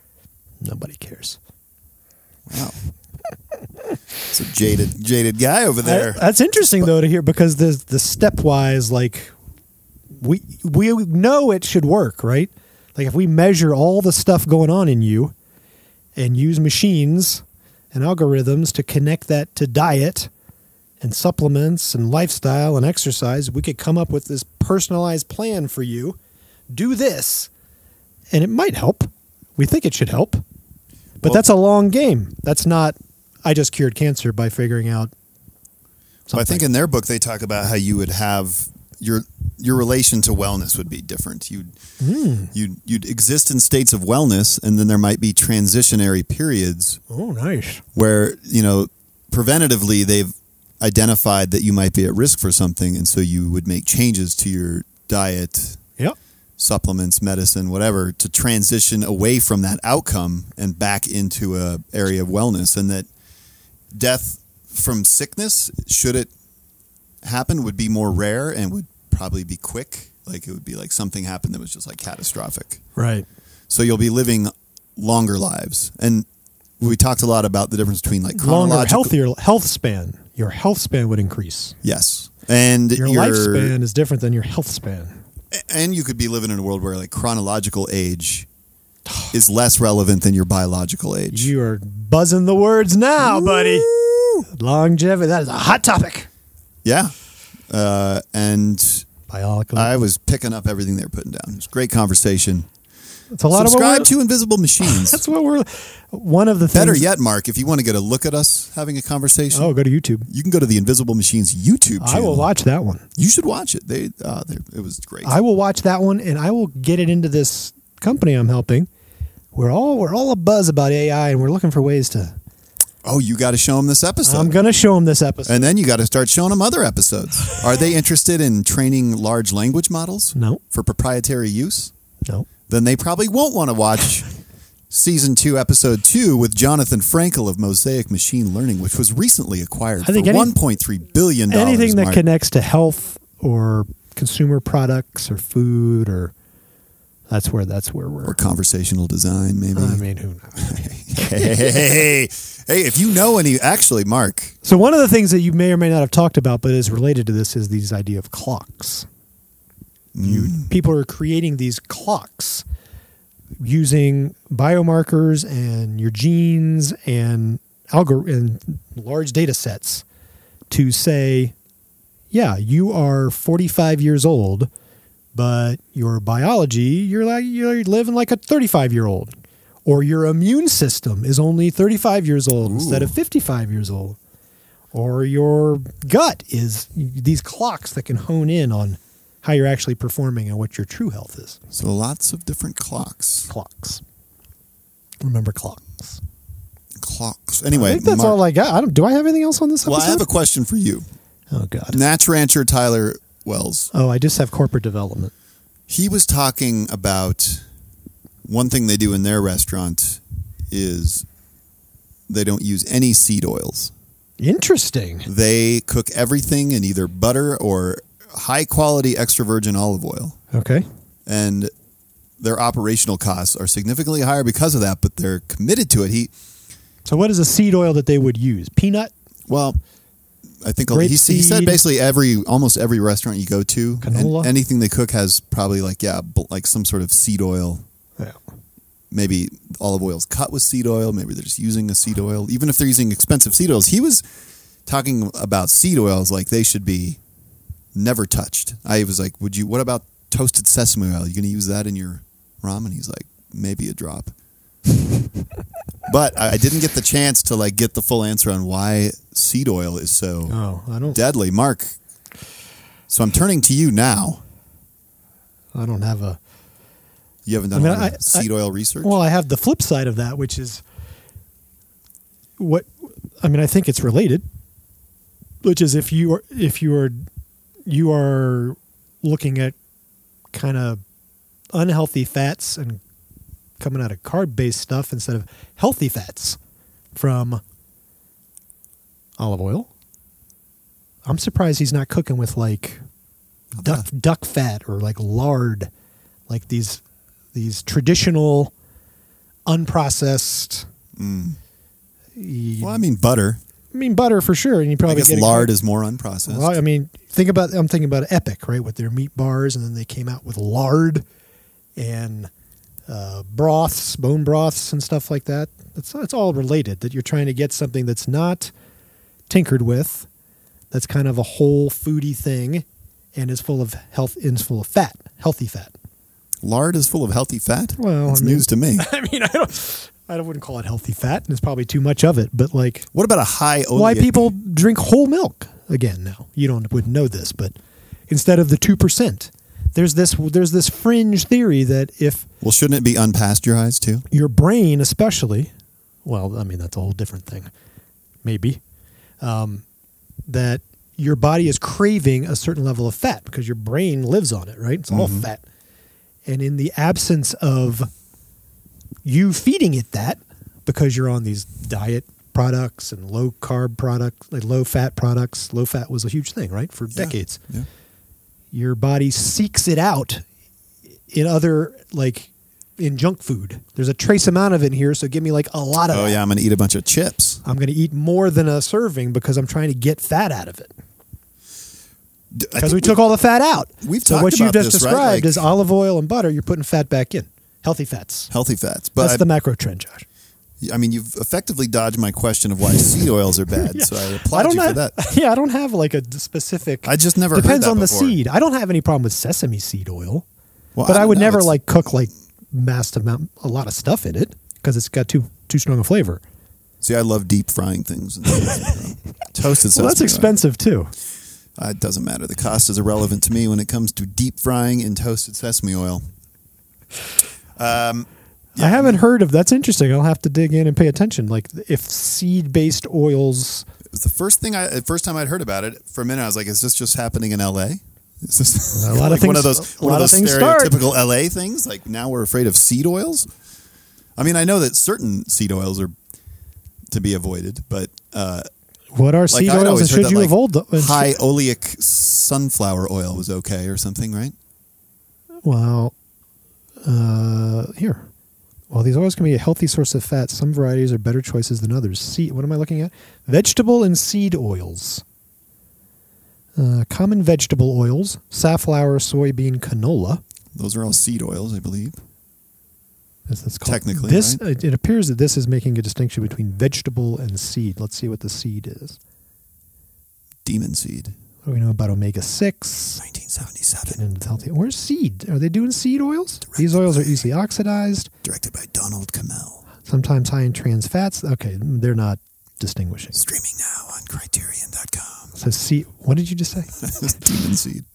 Speaker 1: Nobody cares.
Speaker 2: wow it's a jaded jaded guy over there
Speaker 1: I- that's interesting though to hear because the the stepwise like we we know it should work, right? Like if we measure all the stuff going on in you and use machines and algorithms to connect that to diet and supplements and lifestyle and exercise, we could come up with this personalized plan for you. Do this and it might help. We think it should help. But
Speaker 2: Well-
Speaker 1: that's a long game. That's not I just cured cancer by figuring out
Speaker 2: So I think in their book they talk about how you would have your your relation to wellness would be different. You'd you'd you'd exist in states of wellness, and then there might be transitionary periods
Speaker 1: Oh, nice.
Speaker 2: where you know preventatively they've identified that you might be at risk for something, and so you would make changes to your diet,
Speaker 1: Yep.
Speaker 2: supplements, medicine, whatever, to transition away from that outcome and back into a area of wellness, and that death from sickness, should it happen, would be more rare and would probably be quick. Like it would be like something happened that was just like catastrophic.
Speaker 1: Right.
Speaker 2: So you'll be living longer lives, and we talked a lot about the difference between like
Speaker 1: Longer,
Speaker 2: chronological,
Speaker 1: healthier health span. Your health span would increase.
Speaker 2: yes, and
Speaker 1: Your, lifespan is different than your health span.
Speaker 2: and you could be living in a world where like chronological age is less relevant than your biological age.
Speaker 1: You are buzzing the words now, buddy. Longevity. That is a hot topic.
Speaker 2: yeah. Uh, and
Speaker 1: Biological.
Speaker 2: I was picking up everything they were putting down. It was a great conversation.
Speaker 1: it's a lot
Speaker 2: Subscribe
Speaker 1: of what we're-
Speaker 2: to Invisible Machines.
Speaker 1: That's what we're. One of the things.
Speaker 2: Better yet, Mark, if you want to get a look at us having a conversation,
Speaker 1: Oh, go to YouTube.
Speaker 2: you can go to the Invisible Machines YouTube channel.
Speaker 1: I will watch that one.
Speaker 2: You should watch it. They, uh, they it was great.
Speaker 1: I will watch that one, and I will get it into this company I'm helping. We're all we're all a buzz about AI, and we're looking for ways to.
Speaker 2: oh, you got to show them this episode.
Speaker 1: I'm gonna show them this episode.
Speaker 2: And then you got to start showing them other episodes. Are they interested in training large language models?
Speaker 1: No.
Speaker 2: For proprietary use?
Speaker 1: no.
Speaker 2: Then they probably won't want to watch season two, episode two with Jonathan Frankel of Mosaic Machine Learning, which was recently acquired
Speaker 1: I think
Speaker 2: for
Speaker 1: any-
Speaker 2: $1.3 billion.
Speaker 1: anything that
Speaker 2: Mark.
Speaker 1: connects to health or consumer products or food or that's where that's where we're.
Speaker 2: Or conversational design, maybe.
Speaker 1: I mean, who knows?
Speaker 2: hey, hey, hey, hey, hey, if you know any, actually, Mark,
Speaker 1: So one of the things that you may or may not have talked about, but is related to this, is these idea of clocks. You,
Speaker 2: mm,
Speaker 1: people are creating these clocks using biomarkers and your genes and algor- and large data sets to say, yeah, you are 45 years old, but your biology, you're like you're living like a 35 year old, or your immune system is only 35 years old instead of 55 years old, or your gut is these clocks that can hone in on how you're actually performing and what your true health is.
Speaker 2: so lots of different clocks.
Speaker 1: Clocks. remember clocks.
Speaker 2: Clocks.
Speaker 1: I
Speaker 2: Anyway,
Speaker 1: think that's
Speaker 2: Mark-
Speaker 1: all I got. I don't. Do I have anything else on this
Speaker 2: well, I have a
Speaker 1: episode?
Speaker 2: question for you.
Speaker 1: oh God.
Speaker 2: Natch Rancher Tyler Wells.
Speaker 1: Oh, I just have corporate development.
Speaker 2: He was talking about one thing they do in their restaurant is they don't use any seed oils.
Speaker 1: Interesting.
Speaker 2: They cook everything in either butter or high quality extra virgin olive oil.
Speaker 1: Okay.
Speaker 2: and their operational costs are significantly higher because of that, but they're committed to it. He,
Speaker 1: So, what is a seed oil that they would use? Peanut.
Speaker 2: well, I think
Speaker 1: Grape
Speaker 2: he, s- he said
Speaker 1: seed.
Speaker 2: basically every almost every restaurant you go to, and
Speaker 1: Canola.
Speaker 2: anything they cook has probably like yeah, bl- like some sort of seed oil.
Speaker 1: Yeah.
Speaker 2: Maybe olive oil's cut with seed oil. Maybe they're just using a seed oil, even if they're using expensive seed oils. He was talking about seed oils like they should be never touched. I was like, would you? What about toasted sesame oil? You going to use that in your ramen? He's like, maybe a drop. but I I didn't get the chance to like get the full answer on why seed oil is so
Speaker 1: Oh, I don't.
Speaker 2: deadly, Mark. So I'm turning to you now.
Speaker 1: I don't have a.
Speaker 2: You haven't done
Speaker 1: I mean,
Speaker 2: a lot of
Speaker 1: I-
Speaker 2: seed oil research.
Speaker 1: Well, I have the flip side of that, which is what I mean. I think it's related, which is if you are if you are you are looking at kind of unhealthy fats and coming out of carb based stuff instead of healthy fats from olive oil. I'm surprised he's not cooking with like duck duck fat or like lard, like these these traditional unprocessed. y-
Speaker 2: Well, I mean butter.
Speaker 1: I mean butter for sure, and you
Speaker 2: I
Speaker 1: probably
Speaker 2: guess
Speaker 1: get
Speaker 2: lard is more unprocessed.
Speaker 1: Well, I mean, think about I'm thinking about Epic, right, with their meat bars, and then they came out with lard and uh, broths, bone broths, and stuff like that. It's it's all related. That you're trying to get something that's not tinkered with, that's kind of a whole foody thing, and is full of health, and is full of fat, healthy fat.
Speaker 2: lard is full of healthy fat.
Speaker 1: Well,
Speaker 2: it's
Speaker 1: I mean-
Speaker 2: news to me.
Speaker 1: I mean, I don't, I wouldn't call it healthy fat, and there's probably too much of it. But like,
Speaker 2: What about a high oleic?
Speaker 1: why people drink whole milk again now. You don't wouldn't know this, but instead of the two percent, there's this there's this fringe theory that if
Speaker 2: Well, shouldn't it be unpasteurized too?
Speaker 1: your brain, especially, well, I mean that's a whole different thing, maybe, um, that your body is craving a certain level of fat because your brain lives on it, right? It's all fat, and in the absence of you feeding it that because you're on these diet products and low carb products, like low fat products. Low fat was a huge thing, right, for
Speaker 2: Yeah.
Speaker 1: decades.
Speaker 2: Yeah.
Speaker 1: Your body seeks it out in other like in junk food. There's a trace amount of it in here, so give me like a lot of.
Speaker 2: Oh
Speaker 1: it.
Speaker 2: yeah, I'm going to eat a bunch of chips.
Speaker 1: I'm going to eat more than a serving because I'm trying to get fat out of it.
Speaker 2: D- I
Speaker 1: Because
Speaker 2: think
Speaker 1: we took all the fat out.
Speaker 2: We've
Speaker 1: so
Speaker 2: talked
Speaker 1: what you've
Speaker 2: about
Speaker 1: just
Speaker 2: this, right?
Speaker 1: described
Speaker 2: Like-
Speaker 1: is olive oil and butter. You're putting fat back in, healthy fats.
Speaker 2: healthy fats, but
Speaker 1: That's
Speaker 2: I,
Speaker 1: the macro trend, Josh.
Speaker 2: I mean, you've effectively dodged my question of why seed oils are bad. So I applaud you for
Speaker 1: have,
Speaker 2: that.
Speaker 1: Yeah, I don't have like a d- specific.
Speaker 2: I just never heard
Speaker 1: depends
Speaker 2: that
Speaker 1: on
Speaker 2: before.
Speaker 1: the seed. I don't have any problem with sesame seed oil,
Speaker 2: Well,
Speaker 1: but I,
Speaker 2: don't
Speaker 1: would
Speaker 2: know.
Speaker 1: never
Speaker 2: It's-
Speaker 1: like cook like mass amount a lot of stuff in it because it's got too too strong a flavor.
Speaker 2: See, I love deep frying things. And Toasted.
Speaker 1: Well, that's
Speaker 2: sesame oil.
Speaker 1: expensive too.
Speaker 2: Uh, it doesn't matter. The cost is irrelevant to me when it comes to deep frying in toasted sesame oil.
Speaker 1: I haven't heard of that's interesting. I'll have to dig in and pay attention. Like if seed based oils,
Speaker 2: It was the first thing I, the first time I'd heard about it. For a minute, I was like, "Is this just happening in L.A.?" Is this
Speaker 1: A lot of
Speaker 2: like one
Speaker 1: things-
Speaker 2: of those
Speaker 1: a
Speaker 2: one of
Speaker 1: lot of
Speaker 2: those
Speaker 1: things start.
Speaker 2: stereotypical L.A. things? Like now we're afraid of seed oils. I mean, I know that certain seed oils are to be avoided, but uh,
Speaker 1: what are
Speaker 2: like
Speaker 1: seed
Speaker 2: I'd
Speaker 1: oils
Speaker 2: always
Speaker 1: and
Speaker 2: heard
Speaker 1: should
Speaker 2: that,
Speaker 1: you
Speaker 2: like,
Speaker 1: avoid them? And-
Speaker 2: high oleic sunflower oil was okay or something, right?
Speaker 1: Well, uh, here. While these oils can be a healthy source of fat, some varieties are better choices than others. See, what am I looking at? Vegetable and seed oils. Uh, common vegetable oils: safflower, soybean, canola.
Speaker 2: Those are all seed oils, I believe.
Speaker 1: As that's called.
Speaker 2: Technically,
Speaker 1: this uh,
Speaker 2: right?
Speaker 1: it, it appears that this is making a distinction between vegetable and seed. Let's see what the seed is.
Speaker 2: Demon seed,
Speaker 1: What do we know about omega six?
Speaker 2: nineteen seventy-seven,
Speaker 1: And it's healthy. Where's seed? Are they doing seed oils? These oils are easily oxidized,
Speaker 2: directed by Donald Kamel,
Speaker 1: sometimes high in trans fats. Okay, they're not distinguishing.
Speaker 2: streaming now on Criterion.com.
Speaker 1: So seed. What did you just say?
Speaker 2: Demon seed.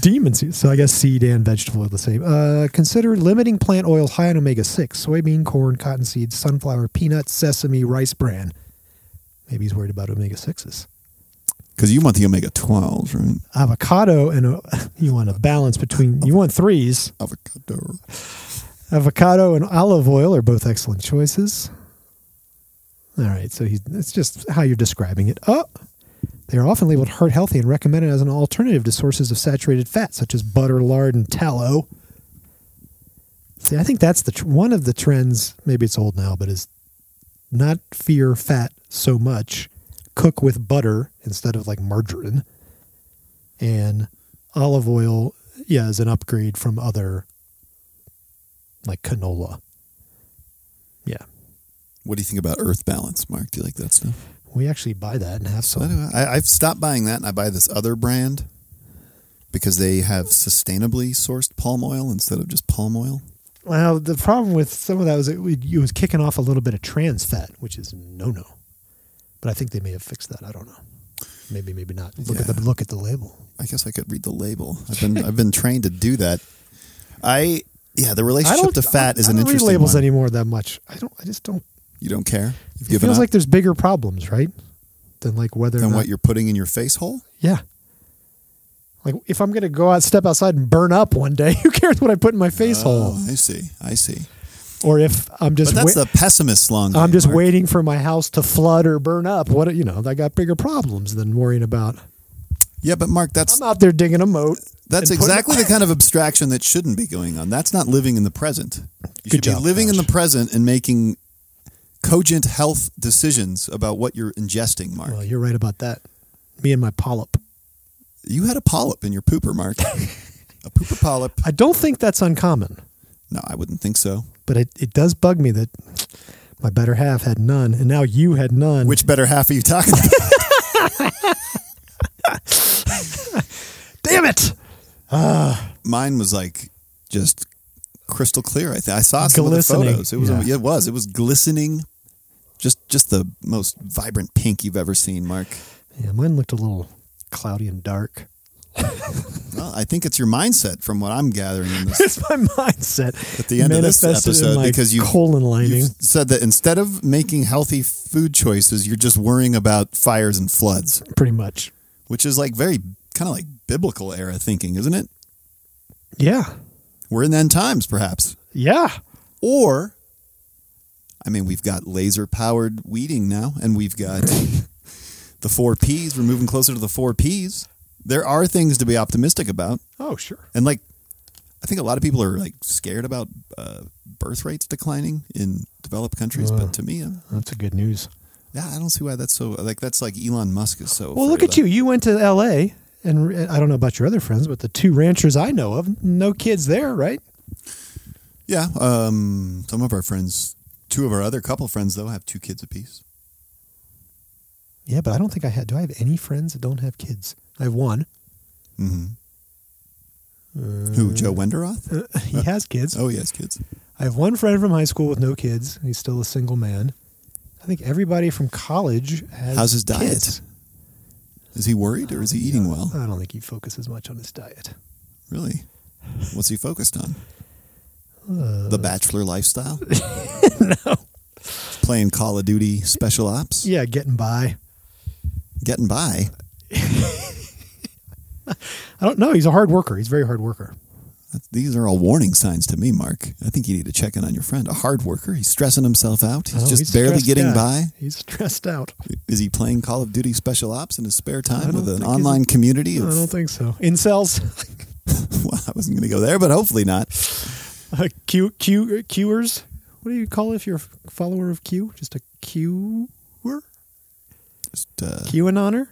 Speaker 1: Demon seed. So I guess seed and vegetable are the same. Uh, consider limiting plant oils high in omega 6 soybean, corn, cottonseed, sunflower, peanuts, sesame, rice bran. Maybe he's worried about omega 6s.
Speaker 2: Because you want the omega 12s, right?
Speaker 1: Avocado and uh, you want a balance between, you want threes.
Speaker 2: Avocado.
Speaker 1: Avocado and olive oil are both excellent choices. All right, so he's, that's just how you're describing it. Oh, they are often labeled heart healthy and recommended as an alternative to sources of saturated fat such as butter, lard, and tallow. See, I think that's the tr- one of the trends. Maybe it's old now, but is not fear fat so much. Cook with butter instead of like margarine, and olive oil. Yeah, is an upgrade from other like canola. Yeah,
Speaker 2: What do you think about earth balance, Mark? Do you like that stuff?
Speaker 1: we actually buy that and have
Speaker 2: So I
Speaker 1: some.
Speaker 2: do. I, I've stopped buying that and I buy this other brand because they have sustainably sourced palm oil instead of just palm oil.
Speaker 1: Well, the problem with some of that was it, would- it was kicking off a little bit of trans fat, which is no no. But I think they may have fixed that. I don't know. Maybe, maybe not. Look at the
Speaker 2: Yeah.
Speaker 1: look at the label.
Speaker 2: I guess I could read the label. I've been I've been trained to do that. I yeah, the
Speaker 1: I
Speaker 2: relationship
Speaker 1: don't.
Speaker 2: to fat
Speaker 1: I,
Speaker 2: is
Speaker 1: I
Speaker 2: an
Speaker 1: don't read
Speaker 2: interesting
Speaker 1: labels
Speaker 2: one.
Speaker 1: anymore that much. I don't. I just don't.
Speaker 2: you don't care. You've
Speaker 1: It
Speaker 2: given
Speaker 1: feels
Speaker 2: up
Speaker 1: like there's bigger problems, right? Than like whether or
Speaker 2: than
Speaker 1: not,
Speaker 2: what you're putting in your face hole.
Speaker 1: yeah. Like if I'm gonna go out, step outside and burn up one day, who cares what I put in my face hole?
Speaker 2: I see. I see.
Speaker 1: Or if I'm
Speaker 2: Oh. But
Speaker 1: Oh. just
Speaker 2: that's
Speaker 1: wa-
Speaker 2: the pessimist slung.
Speaker 1: I'm
Speaker 2: game,
Speaker 1: just
Speaker 2: Mark.
Speaker 1: waiting for my house to flood or burn up. What you know, I got bigger problems than worrying about.
Speaker 2: Yeah, but Mark, that's
Speaker 1: I'm out there digging a moat.
Speaker 2: that's
Speaker 1: and putting-
Speaker 2: exactly the kind of abstraction that shouldn't be going on. That's not living in the present. You
Speaker 1: Good
Speaker 2: should
Speaker 1: job,
Speaker 2: be living in
Speaker 1: Josh.
Speaker 2: the present and making cogent health decisions about what you're ingesting, Mark.
Speaker 1: Well, you're right about that. Me and my polyp.
Speaker 2: You had a polyp in your pooper, Mark. a pooper polyp.
Speaker 1: I don't think that's uncommon,
Speaker 2: No, I wouldn't think so.
Speaker 1: but it, it does bug me that my better half had none, and now you had none.
Speaker 2: Which better half are you talking about?
Speaker 1: damn it,
Speaker 2: Mine was like just crystal clear. I think I saw some of
Speaker 1: Glistening.
Speaker 2: the photos. It was
Speaker 1: Yeah.
Speaker 2: it was it was glistening. Just just the most vibrant pink you've ever seen, Mark.
Speaker 1: yeah, mine looked a little cloudy and dark.
Speaker 2: Well, I think it's your mindset from what I'm gathering in this
Speaker 1: It's my mindset
Speaker 2: at the end of this
Speaker 1: manifested in
Speaker 2: episode
Speaker 1: my
Speaker 2: because you
Speaker 1: colon lining.
Speaker 2: you've said that instead of making healthy food choices, you're just worrying about fires and floods,
Speaker 1: pretty much.
Speaker 2: which is like very kind of like biblical era thinking, isn't it?
Speaker 1: Yeah,
Speaker 2: We're in end times, perhaps.
Speaker 1: yeah.
Speaker 2: Or, I mean, we've got laser powered weeding now, and we've got the four P's. We're moving closer to the four P's. There are things to be optimistic about.
Speaker 1: Oh sure.
Speaker 2: And, like, I think a lot of people are like scared about uh, birth rates declining in developed countries, but to me, I'm-
Speaker 1: That's a good news.
Speaker 2: yeah, I don't see why that's so. Like, that's like Elon Musk is so.
Speaker 1: Well,
Speaker 2: afraid
Speaker 1: look
Speaker 2: of
Speaker 1: at
Speaker 2: that.
Speaker 1: you. You went to L.A. and re- I don't know about your other friends, but the two ranchers I know of, no kids there, right?
Speaker 2: Yeah, um, some of our friends, two of our other couple friends though, have two kids apiece.
Speaker 1: Yeah, but I don't think I had. Do I have any friends that don't have kids? I have one.
Speaker 2: Mm-hmm.
Speaker 1: Mm-hmm.
Speaker 2: Who? Joe Wenderoth?
Speaker 1: he has kids.
Speaker 2: Oh, he has kids.
Speaker 1: I have one friend from high school with no kids. He's still a single man. I think everybody from college has.
Speaker 2: How's his diet?
Speaker 1: kids.
Speaker 2: Is he worried or is he eating well?
Speaker 1: I don't think he focuses much on his diet.
Speaker 2: Really? What's he focused on?
Speaker 1: Uh,
Speaker 2: the bachelor lifestyle? no. Playing Call of Duty Special Ops?
Speaker 1: Yeah, getting by.
Speaker 2: Getting by?
Speaker 1: I don't know. He's a hard worker. He's a very hard worker.
Speaker 2: These are all warning signs to me, Mark. I think you need to check in on your friend. A hard worker. He's stressing himself out. He's
Speaker 1: Oh,
Speaker 2: just
Speaker 1: he's a
Speaker 2: barely
Speaker 1: stressed
Speaker 2: getting
Speaker 1: guy.
Speaker 2: by.
Speaker 1: He's stressed out.
Speaker 2: Is he playing Call of Duty Special Ops in his spare
Speaker 1: I
Speaker 2: time
Speaker 1: don't
Speaker 2: with an
Speaker 1: think he's-
Speaker 2: online community?
Speaker 1: I
Speaker 2: Of,
Speaker 1: don't think so. Incels,
Speaker 2: well, I wasn't going to go there, but hopefully not.
Speaker 1: uh, Q, Q, Qers. What do you call it if you're a follower of Q? Just a Qer?
Speaker 2: Just uh,
Speaker 1: Q in honor?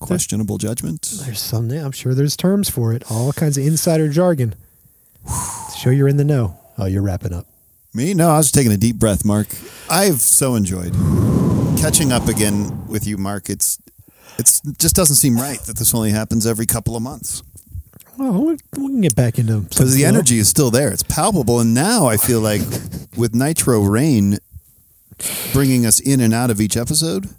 Speaker 2: questionable judgment.
Speaker 1: There's some. I'm sure there's terms for it. All kinds of insider jargon. Show you're in the know. Oh, you're wrapping up.
Speaker 2: Me? No, I was just taking a deep breath, Mark. I've so enjoyed catching up again with you, Mark. It's it's it just doesn't seem right that this only happens every couple of months
Speaker 1: Oh, we, we can get back into
Speaker 2: because the
Speaker 1: you know,
Speaker 2: energy is still there. It's palpable, and now I feel like with Nitro Rain bringing us in and out of each episode,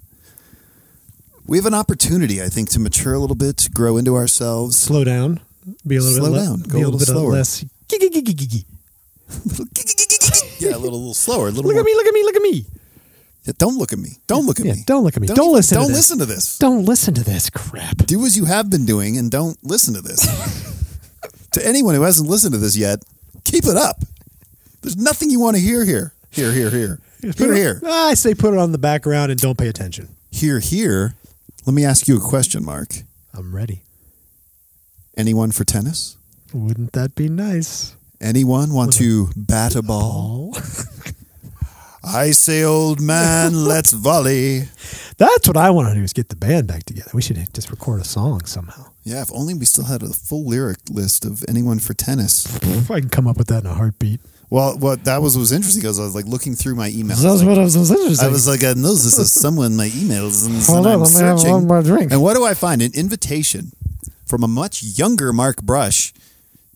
Speaker 2: we have an opportunity, I think, to mature a little bit, to grow into ourselves.
Speaker 1: Slow down. Be a little
Speaker 2: Slow
Speaker 1: bit le-
Speaker 2: down.
Speaker 1: Be
Speaker 2: Go a
Speaker 1: a
Speaker 2: little
Speaker 1: little bit
Speaker 2: slower.
Speaker 1: less. Giggy-giggy-giggy.
Speaker 2: yeah, a little, little slower. A little
Speaker 1: Look
Speaker 2: more,
Speaker 1: at me! Look at me! Look at me!
Speaker 2: Yeah, Don't look at me. Don't look at
Speaker 1: Yeah,
Speaker 2: me.
Speaker 1: don't look at me. Don't listen to
Speaker 2: Don't
Speaker 1: this.
Speaker 2: listen to this.
Speaker 1: Don't listen to this crap.
Speaker 2: Do as you have been doing, and don't listen to this. to anyone who hasn't listened to this yet, keep it up. There's nothing you want to hear here. Here, here, here. Here, here.
Speaker 1: I say put it on the background and don't pay attention.
Speaker 2: Here, here. Let me ask you a question, Mark.
Speaker 1: I'm ready.
Speaker 2: Anyone for tennis?
Speaker 1: Wouldn't that be nice?
Speaker 2: Anyone want to bat a ball? I say, old man, let's volley.
Speaker 1: That's what I want to do is get the band back together. We should just record a song somehow.
Speaker 2: Yeah, if only we still had a full lyric list of anyone for tennis.
Speaker 1: If I can come up with that in a heartbeat.
Speaker 2: Well, what that was was interesting because I was like looking through my emails.
Speaker 1: That's what I was, was interested.
Speaker 2: I was like, I know this is someone in my emails, and,
Speaker 1: Hold
Speaker 2: and
Speaker 1: on,
Speaker 2: I'm
Speaker 1: let me have
Speaker 2: searching.
Speaker 1: one more drink.
Speaker 2: And what do I find? An invitation from a much younger Mark Brush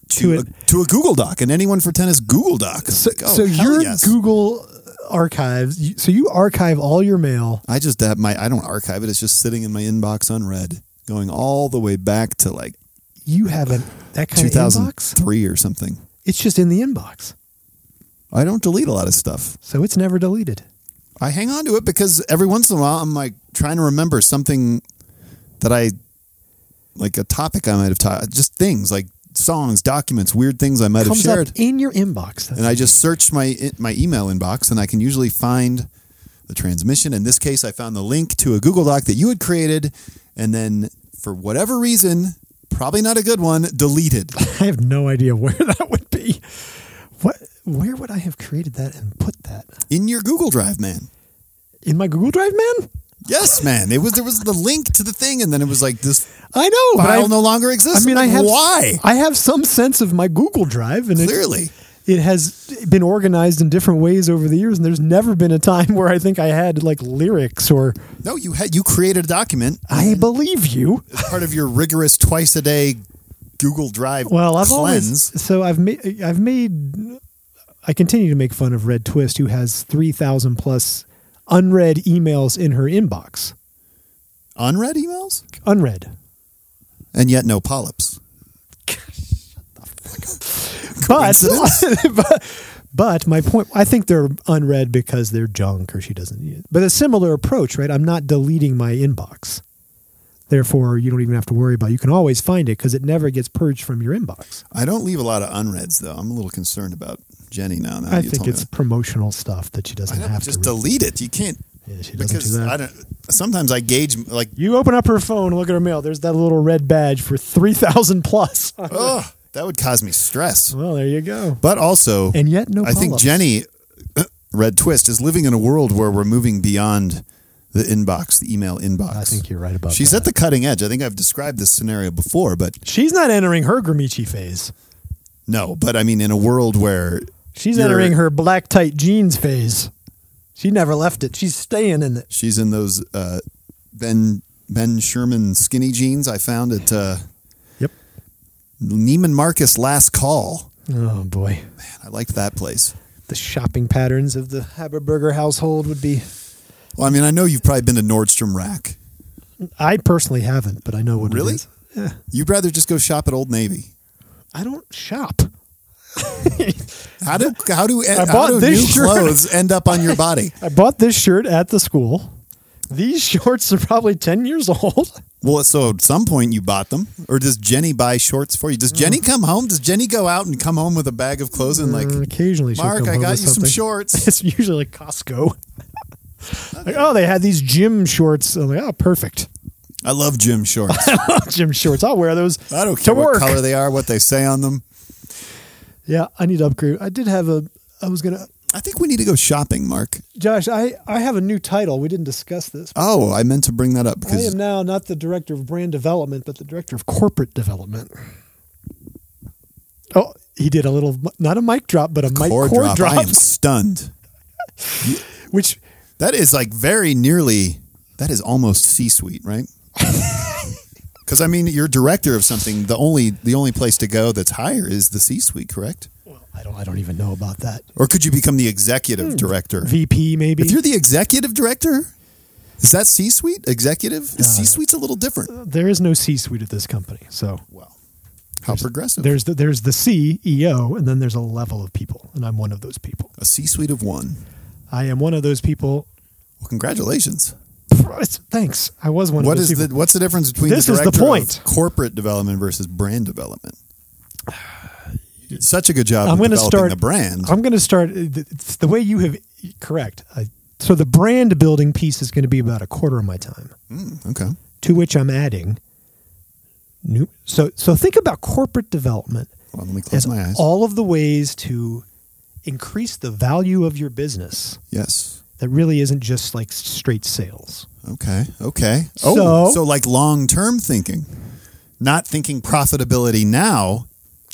Speaker 1: To
Speaker 2: to
Speaker 1: it-
Speaker 2: a, to a Google Doc, and anyone for tennis Google Doc. I was
Speaker 1: so,
Speaker 2: like, oh,
Speaker 1: so
Speaker 2: hell
Speaker 1: your
Speaker 2: yes.
Speaker 1: Google archives. you- So you archive all your mail.
Speaker 2: I just that my I don't archive it. It's just sitting in my inbox unread, going all the way back to like
Speaker 1: You have an that kind of inbox.
Speaker 2: 2003 or something.
Speaker 1: It's just in the inbox,
Speaker 2: I don't delete a lot of stuff.
Speaker 1: so it's never deleted.
Speaker 2: I hang on to it because every once in a while I'm like trying to remember something that I like a topic I might have taught, just things like songs, documents, weird things I might have
Speaker 1: Comes up
Speaker 2: shared.
Speaker 1: in your inbox. That's
Speaker 2: And I just search my my email inbox and I can usually find the transmission. In this case, I found the link to a Google Doc that you had created and then for whatever reason, probably not a good one, deleted.
Speaker 1: I have no idea where that would be. What? Where would I have created that and put that
Speaker 2: In your Google Drive, man.
Speaker 1: in my Google Drive, man?
Speaker 2: Yes, man. It was there was the link to the thing and then it was like this
Speaker 1: I know, but
Speaker 2: file
Speaker 1: I've-
Speaker 2: no longer exists.
Speaker 1: I mean, I
Speaker 2: Like,
Speaker 1: have
Speaker 2: why?
Speaker 1: I have some sense of my Google Drive, and it,
Speaker 2: Clearly.
Speaker 1: it has been organized in different ways over the years. And there's never been a time where I think I had like lyrics or
Speaker 2: No, you had you created a document
Speaker 1: I believe you.
Speaker 2: as part of your rigorous twice a day Google Drive
Speaker 1: Well, I've
Speaker 2: cleanse.
Speaker 1: always so I've made I've made I continue to make fun of Red Twist, who has three thousand plus unread emails in her inbox,
Speaker 2: Unread emails?
Speaker 1: unread.
Speaker 2: And yet no polyps.
Speaker 1: but, but but my point i think they're unread because they're junk or she doesn't need it but a similar approach right i'm not deleting my inbox therefore you don't even have to worry about it. you can always find it because it never gets purged from your inbox
Speaker 2: I don't leave a lot of unreads though. I'm a little concerned about Jenny now. now
Speaker 1: i
Speaker 2: you
Speaker 1: think
Speaker 2: told me
Speaker 1: it's
Speaker 2: that.
Speaker 1: promotional stuff that she
Speaker 2: I
Speaker 1: doesn't
Speaker 2: know,
Speaker 1: have
Speaker 2: but just
Speaker 1: to read.
Speaker 2: delete it. You can't
Speaker 1: yeah, she doesn't
Speaker 2: because
Speaker 1: do that
Speaker 2: I don't sometimes I gauge like
Speaker 1: you open up her phone look at her mail there's that little red badge for 3000 plus
Speaker 2: oh that would cause me stress.
Speaker 1: well there you go
Speaker 2: But also
Speaker 1: and yet no
Speaker 2: I think
Speaker 1: polyps.
Speaker 2: Jenny uh, Red Twist is living in a world where we're moving beyond the inbox, the email inbox.
Speaker 1: i think you're right about
Speaker 2: She's
Speaker 1: that.
Speaker 2: at the cutting edge. I think I've described this scenario before, but
Speaker 1: she's not entering her grimichi phase
Speaker 2: no, but I mean, in a world where
Speaker 1: She's
Speaker 2: You're-
Speaker 1: entering her black tight jeans phase. She never left it. She's staying in it.
Speaker 2: she's in those uh, Ben Ben Sherman skinny jeans I found at uh,
Speaker 1: Yep.
Speaker 2: Neiman Marcus Last Call.
Speaker 1: Oh boy,
Speaker 2: Man, I liked that place.
Speaker 1: the shopping patterns of the Haberburger household would be.
Speaker 2: Well, I mean, I know you've probably been to Nordstrom Rack.
Speaker 1: I personally haven't, but I know what.
Speaker 2: Really?
Speaker 1: It is. Yeah.
Speaker 2: You'd rather just go shop at Old Navy.
Speaker 1: I don't shop.
Speaker 2: How do how do,
Speaker 1: I
Speaker 2: how
Speaker 1: bought
Speaker 2: do
Speaker 1: this
Speaker 2: new
Speaker 1: shirt.
Speaker 2: clothes end up on your body?
Speaker 1: I bought this shirt at the school. These shorts are probably ten years old.
Speaker 2: Well, so at some point you bought them, or does Jenny buy shorts for you? Does
Speaker 1: Mm.
Speaker 2: Jenny come home? Does Jenny go out and come home with a bag of clothes and like,
Speaker 1: Uh, occasionally, she'll
Speaker 2: Mark,
Speaker 1: come
Speaker 2: I
Speaker 1: home
Speaker 2: got you
Speaker 1: with
Speaker 2: some
Speaker 1: something.
Speaker 2: shorts.
Speaker 1: It's usually like Costco. like, oh, they had these gym shorts. I'm like, oh, perfect.
Speaker 2: I love gym shorts. I
Speaker 1: gym shorts. I'll wear those.
Speaker 2: don't
Speaker 1: to
Speaker 2: care what
Speaker 1: work.
Speaker 2: color they are, what they say on them.
Speaker 1: Yeah, I need to upgrade. I did have a. I was gonna,
Speaker 2: I think we need to go shopping, Mark.
Speaker 1: Josh. I I have a new title. We didn't discuss this.
Speaker 2: Oh, I meant to bring that up
Speaker 1: I am
Speaker 2: because
Speaker 1: now not the director of brand development, but the director of corporate development. Oh, he did a little, not a mic drop, but a mic
Speaker 2: core
Speaker 1: cord
Speaker 2: drop,
Speaker 1: drop,
Speaker 2: I am stunned.
Speaker 1: which
Speaker 2: That is like very nearly. That is almost C-suite, right? Because I mean, you're director of something. The only the only place to go that's higher is the C-suite, correct?
Speaker 1: well, I don't, I don't even know about that.
Speaker 2: Hmm. Or could you become the executive director?
Speaker 1: VP maybe.
Speaker 2: If you're the executive director, Is that C suite executive? C suite's a little different.
Speaker 1: There is no C suite at this company, so
Speaker 2: Wow. How progressive.
Speaker 1: there's the, there's the CEO, and then there's a level of people, and I'm one of those people.
Speaker 2: a C suite of one.
Speaker 1: I am one of those people.
Speaker 2: Well, congratulations.
Speaker 1: Thanks. I was one
Speaker 2: What
Speaker 1: of those
Speaker 2: is
Speaker 1: people.
Speaker 2: the what's the difference between
Speaker 1: This
Speaker 2: the
Speaker 1: is the
Speaker 2: director
Speaker 1: point.
Speaker 2: of corporate development versus brand development? You did such a good job.
Speaker 1: I'm
Speaker 2: of
Speaker 1: going to
Speaker 2: developing
Speaker 1: start
Speaker 2: the brand.
Speaker 1: I'm going to start uh, it's the way you have correct. I, so the brand building piece is going to be about a quarter of my time,
Speaker 2: Mm, okay.
Speaker 1: to which I'm adding new. So so think about corporate development
Speaker 2: Well, let me close
Speaker 1: as
Speaker 2: my eyes.
Speaker 1: all of the ways to increase the value of your business
Speaker 2: yes.
Speaker 1: that really isn't just like straight sales.
Speaker 2: Okay. Okay. Oh,
Speaker 1: So-
Speaker 2: so like long term thinking, not thinking profitability now,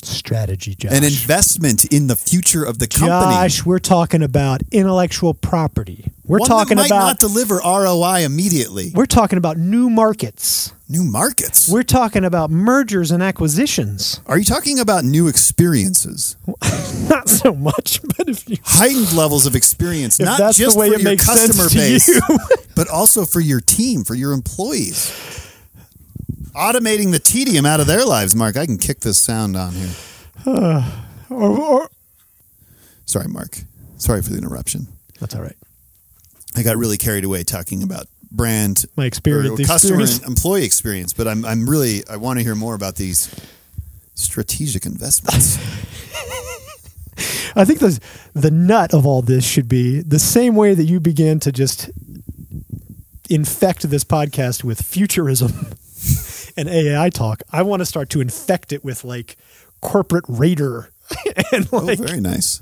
Speaker 1: Strategy, Josh.
Speaker 2: an investment in the future of the company.
Speaker 1: Josh, we're talking about intellectual property. We're
Speaker 2: One
Speaker 1: talking
Speaker 2: that might
Speaker 1: about
Speaker 2: not deliver ROI immediately.
Speaker 1: we're talking about new markets.
Speaker 2: New markets.
Speaker 1: We're talking about mergers and acquisitions.
Speaker 2: Are you talking about new experiences?
Speaker 1: Not so much, but if you
Speaker 2: Heightened levels of experience,
Speaker 1: If
Speaker 2: not
Speaker 1: that's the
Speaker 2: just
Speaker 1: way
Speaker 2: for
Speaker 1: it
Speaker 2: your
Speaker 1: makes sense
Speaker 2: customer
Speaker 1: to
Speaker 2: base,
Speaker 1: you.
Speaker 2: but also for your team, for your employees. Automating the tedium out of their lives, Mark. I can kick this sound on here.
Speaker 1: or, or
Speaker 2: Sorry, Mark. Sorry for the interruption.
Speaker 1: that's all right.
Speaker 2: I got really carried away talking about brand,
Speaker 1: My experience-
Speaker 2: or
Speaker 1: the
Speaker 2: customer,
Speaker 1: experience.
Speaker 2: and employee experience. But I'm, I'm really, I want to hear more about these strategic investments.
Speaker 1: I think the the nut of all this should be the same way that you began to just infect this podcast with futurism and AI talk. I want to start to infect it with like corporate raider and
Speaker 2: oh,
Speaker 1: like
Speaker 2: very nice.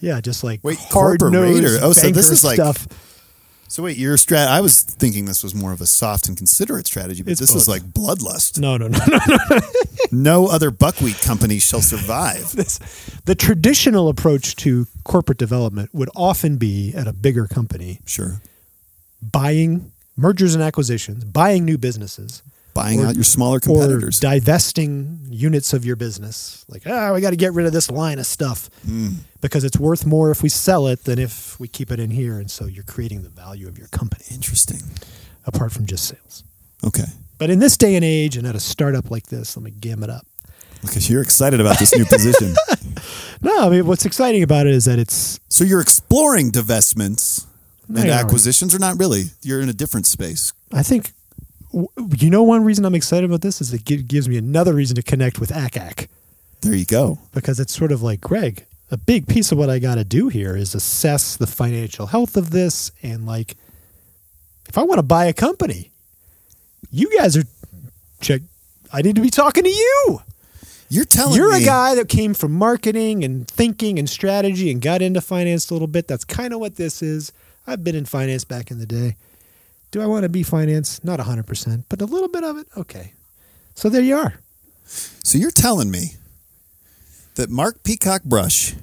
Speaker 1: yeah, just like
Speaker 2: Wait,
Speaker 1: hard
Speaker 2: corporate raider.
Speaker 1: nosed
Speaker 2: Oh, so this is like-
Speaker 1: stuff.
Speaker 2: So wait, your strat. I was thinking this was more of a soft and considerate strategy, but
Speaker 1: It's
Speaker 2: this
Speaker 1: both.
Speaker 2: is like bloodlust.
Speaker 1: No, no, no, no.
Speaker 2: no other buckwheat company shall survive.
Speaker 1: This, the traditional approach to corporate development would often be at a bigger company
Speaker 2: Sure,
Speaker 1: buying mergers and acquisitions, buying new businesses,
Speaker 2: buying
Speaker 1: Or-
Speaker 2: out your smaller
Speaker 1: or
Speaker 2: competitors.
Speaker 1: divesting units of your business. Like, ah, we got to get rid of this line of stuff because it's worth more if we sell it than if we keep it in here. And so you're creating the value of your company
Speaker 2: Interesting.
Speaker 1: apart from just sales.
Speaker 2: Okay.
Speaker 1: But in this day and age, and at a startup like this, let me gam it up.
Speaker 2: Because you're excited about this new position.
Speaker 1: No, I mean, what's exciting about it is that it's
Speaker 2: So you're exploring divestments
Speaker 1: No,
Speaker 2: and
Speaker 1: you aren't.
Speaker 2: acquisitions, or not really. You're in a different space.
Speaker 1: I think w- you know one reason I'm excited about this is it gi- gives me another reason to connect with ACAC
Speaker 2: There you go.
Speaker 1: because it's sort of like Greg. A big piece of what I got to do here is assess the financial health of this and like if I want to buy a company, you guys are check. I need to be talking to you.
Speaker 2: You're telling
Speaker 1: You're
Speaker 2: me
Speaker 1: a guy that came from marketing and thinking and strategy and got into finance a little bit. That's kind of what this is. I've been in finance back in the day. Do I want to be finance? Not 100%, but a little bit of it? Okay. So there you are.
Speaker 2: So you're telling me that Mark Peacock Brush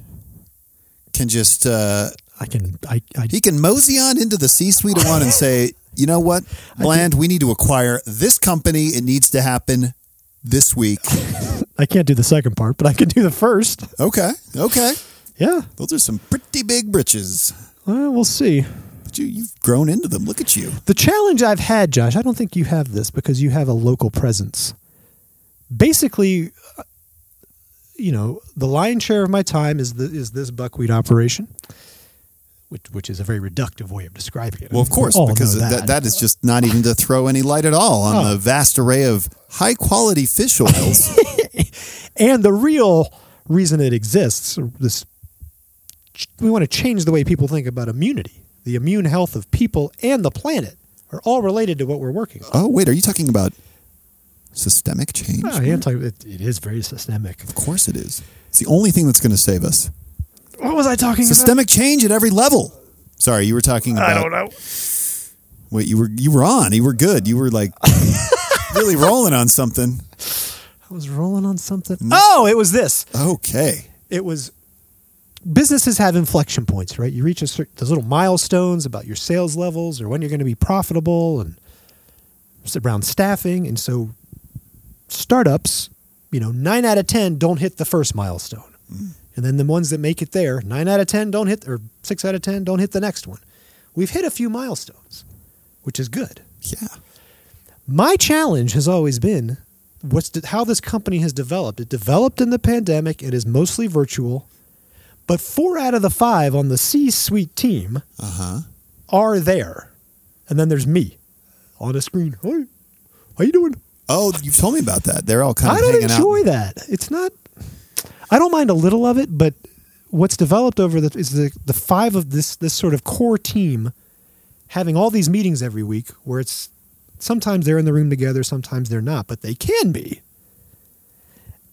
Speaker 2: can just uh,
Speaker 1: I can, I, I,
Speaker 2: he can mosey on into the C-suite of one and say, you know what, Bland, we need to acquire this company. It needs to happen this week.
Speaker 1: I can't do the second part, but I can do the first.
Speaker 2: Okay, okay.
Speaker 1: Yeah.
Speaker 2: Those are some pretty big britches,
Speaker 1: Well, we'll see.
Speaker 2: but you, you've grown into them. Look at you.
Speaker 1: The challenge I've had, Josh, I don't think you have this because you have a local presence. Basically, uh, you know, the lion's share of my time is the, is this buckwheat operation, which which is a very reductive way of describing it.
Speaker 2: Well, of course,
Speaker 1: We all
Speaker 2: because
Speaker 1: know
Speaker 2: that. that is just not even to throw any light at all on
Speaker 1: Oh.
Speaker 2: the vast array of high quality fish oils.
Speaker 1: and the real reason it exists. This we want to change the way people think about immunity. The immune health of people and the planet are all related to what we're working on.
Speaker 2: oh, wait, are you talking about systemic change?
Speaker 1: Oh, anti, it, it is very systemic.
Speaker 2: Of course it is. It's the only thing that's going to save us.
Speaker 1: Mm-hmm. What was I talking about?
Speaker 2: Systemic change at every level. Sorry, you were talking about.
Speaker 1: know.
Speaker 2: Wait, you were you were on. You were good. You were like really rolling on something.
Speaker 1: I was rolling on something. Oh, it was this.
Speaker 2: Okay.
Speaker 1: It was businesses have inflection points, right? You reach a certain, those little milestones about your sales levels or when you're going to be profitable and it's around staffing. And so startups, you know, nine out of 10 don't hit the first milestone. And then the ones that make it there, nine out of 10 don't hit, or six out of 10 don't hit the next one. We've hit a few milestones. which is good.
Speaker 2: Yeah.
Speaker 1: My challenge has always been what's the, how this company has developed. It developed in the pandemic. It is mostly virtual, but four out of the five on the C-suite team
Speaker 2: Uh huh.
Speaker 1: are there, and then there's me on a screen. Hi, how you doing?
Speaker 2: Oh, you've told me about that. They're all kind of
Speaker 1: I don't
Speaker 2: hanging
Speaker 1: enjoy
Speaker 2: out.
Speaker 1: that. It's not. I don't mind a little of it, but what's developed over the is the the five of this this sort of core team having all these meetings every week where it's sometimes they're in the room together, sometimes they're not, but they can be.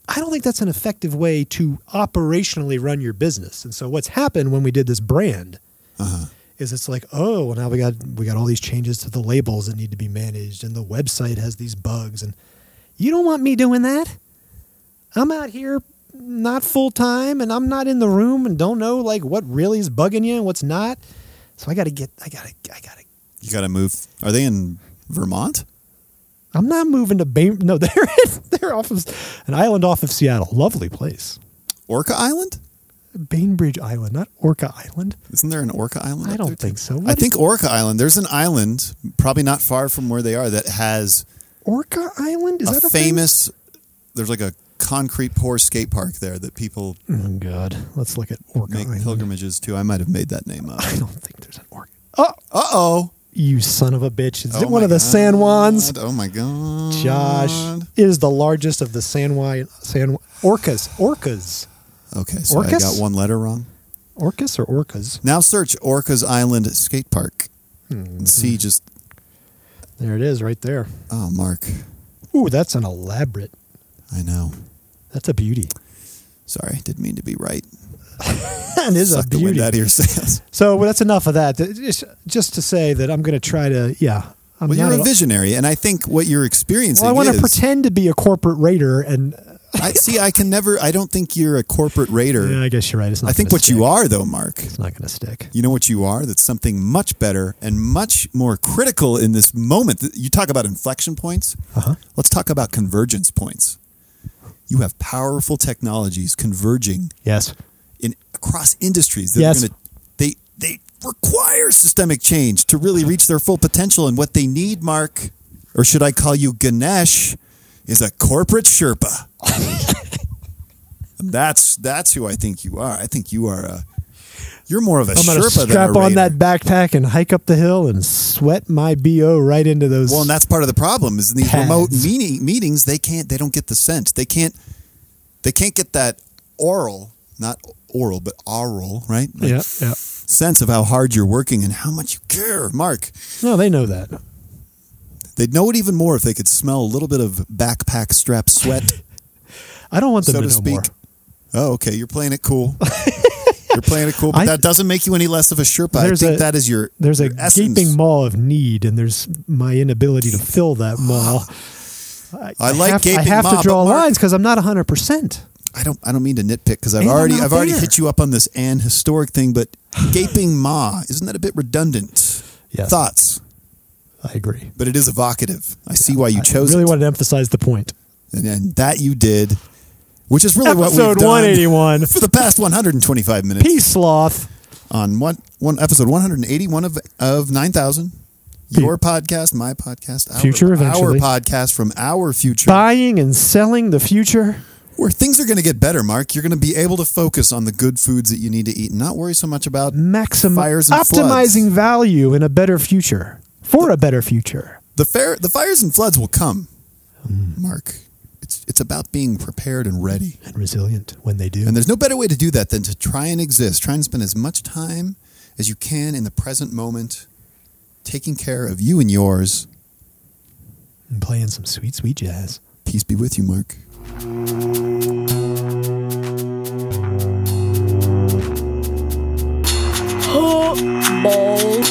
Speaker 1: I don't think that's an effective way to operationally run your business. And so what's happened when we did this brand
Speaker 2: Uh-huh.
Speaker 1: is it's like, oh, now we got we got all these changes to the labels that need to be managed and the website has these bugs and you don't want me doing that. I'm out here not full time and I'm not in the room and don't know like what really is bugging you and what's not. So I got to get I got to I got to
Speaker 2: You got to move. Are they in Vermont?
Speaker 1: I'm not moving to Bay. No, they're in, they're off of an island off of Seattle. Lovely place.
Speaker 2: Orca Island?
Speaker 1: Bainbridge Island, not Orca Island.
Speaker 2: Isn't there an Orca
Speaker 1: I
Speaker 2: Island? up there,
Speaker 1: don't
Speaker 2: too?
Speaker 1: think so.
Speaker 2: I
Speaker 1: What
Speaker 2: think
Speaker 1: is
Speaker 2: Orca Island. There's an island probably not far from where they are that has
Speaker 1: Orca Island is
Speaker 2: a,
Speaker 1: that a thing?
Speaker 2: famous. There's like a concrete pour skate park there that people
Speaker 1: Oh God, let's look at Orca
Speaker 2: make
Speaker 1: Island.
Speaker 2: pilgrimages to. I might have made that name up.
Speaker 1: I don't think there's an Orca. Oh,
Speaker 2: Uh oh.
Speaker 1: you son of a bitch! Is
Speaker 2: Oh
Speaker 1: it one
Speaker 2: my
Speaker 1: of the San Juans?
Speaker 2: God. Oh my god,
Speaker 1: Josh is the largest of the San Juan San Orcas. Orcas.
Speaker 2: Okay, so I
Speaker 1: Orcas?
Speaker 2: got one letter wrong.
Speaker 1: Orcas or orcas? Hmm,
Speaker 2: Now search Orcas Island skate park and
Speaker 1: Mm-hmm.
Speaker 2: see just
Speaker 1: There it is right there.
Speaker 2: oh Mark,
Speaker 1: Ooh, that's an elaborate.
Speaker 2: I know.
Speaker 1: That's a beauty.
Speaker 2: Sorry, didn't mean to be right.
Speaker 1: That is
Speaker 2: Suck
Speaker 1: a
Speaker 2: the wind
Speaker 1: beauty.
Speaker 2: out of your sails.
Speaker 1: So well, that's enough of that. Th- Just, just to say that I'm going to try to, yeah. I'm not
Speaker 2: Well, you're a
Speaker 1: at-
Speaker 2: visionary, and I think what you're experiencing
Speaker 1: well, I want
Speaker 2: is.
Speaker 1: to pretend to be a corporate raider, and
Speaker 2: I see. I can never. I don't think you're a corporate raider.
Speaker 1: Yeah, I guess you're right. It's not
Speaker 2: I think
Speaker 1: gonna
Speaker 2: what you
Speaker 1: stick.
Speaker 2: are, though, Mark.
Speaker 1: It's not going to stick.
Speaker 2: You know what you are? That's something much better and much more critical in this moment. You talk about inflection points.
Speaker 1: Uh-huh.
Speaker 2: Let's talk about convergence points. You have powerful technologies converging
Speaker 1: Yes.
Speaker 2: in across industries that
Speaker 1: Yes.
Speaker 2: are going to they they require systemic change to really reach their full potential and what they need, Mark, or should I call you Ganesh, is a corporate Sherpa. And that's that's who I think you are. I think you are a you're more of a
Speaker 1: I'm going to
Speaker 2: Sherpa
Speaker 1: strap
Speaker 2: than a
Speaker 1: on
Speaker 2: raider.
Speaker 1: that backpack and hike up the hill and sweat my bo right into those.
Speaker 2: Well, and that's part of the problem is in these
Speaker 1: Pads.
Speaker 2: remote meeting, meetings they can't they don't get the scent. They can't they can't get that oral, not oral, but oral, right? Like,
Speaker 1: yeah, yeah.
Speaker 2: Sense of how hard you're working and how much you care, Mark.
Speaker 1: No, they know that.
Speaker 2: They'd know it even more if they could smell a little bit of backpack strap sweat,
Speaker 1: I don't want them
Speaker 2: so
Speaker 1: to
Speaker 2: to
Speaker 1: know
Speaker 2: speak.
Speaker 1: more.
Speaker 2: Oh, okay, you're playing it cool. you're playing it cool, but
Speaker 1: I-
Speaker 2: that doesn't make you any less of a Sherpa. I
Speaker 1: There's
Speaker 2: think
Speaker 1: a-
Speaker 2: that is your
Speaker 1: There's a
Speaker 2: your essence.
Speaker 1: gaping maw of need, and there's my inability to fill that maw.
Speaker 2: I like
Speaker 1: have, I
Speaker 2: gaping
Speaker 1: have
Speaker 2: maw,
Speaker 1: to
Speaker 2: but
Speaker 1: draw
Speaker 2: Mark-
Speaker 1: lines because I'm not 100. percent
Speaker 2: I don't. I don't mean to nitpick because I've
Speaker 1: And I'm
Speaker 2: already.
Speaker 1: not
Speaker 2: I've already
Speaker 1: there.
Speaker 2: hit you up on this and historic thing, but gaping maw isn't that a bit redundant?
Speaker 1: Yes.
Speaker 2: Thoughts,
Speaker 1: I agree.
Speaker 2: but it is evocative. I see why you chose
Speaker 1: I really
Speaker 2: it,
Speaker 1: wanted to emphasize the point.
Speaker 2: and, and that you did, which is really what we've
Speaker 1: Episode
Speaker 2: done
Speaker 1: 181.
Speaker 2: for the past 125 minutes
Speaker 1: Peace, sloth.
Speaker 2: on one one episode 181 of of 9000. Your podcast, my podcast, our,
Speaker 1: Future
Speaker 2: our
Speaker 1: eventually.
Speaker 2: podcast from our future.
Speaker 1: Buying and selling the future.
Speaker 2: where things are going to get better, Mark. You're going to be able to focus on the good foods that you need to eat and not worry so much about
Speaker 1: Maxim-
Speaker 2: fires and
Speaker 1: optimizing
Speaker 2: floods.
Speaker 1: value in a better future for a better future.
Speaker 2: The fair, the fires and floods will come,
Speaker 1: Hmm.
Speaker 2: Mark. It's it's about being prepared and ready.
Speaker 1: And resilient when they do.
Speaker 2: And there's no better way to do that than to try and exist, try and spend as much time as you can in the present moment, taking care of you and yours.
Speaker 1: and playing some sweet, sweet jazz.
Speaker 2: Peace be with you, Mark.
Speaker 5: Ball.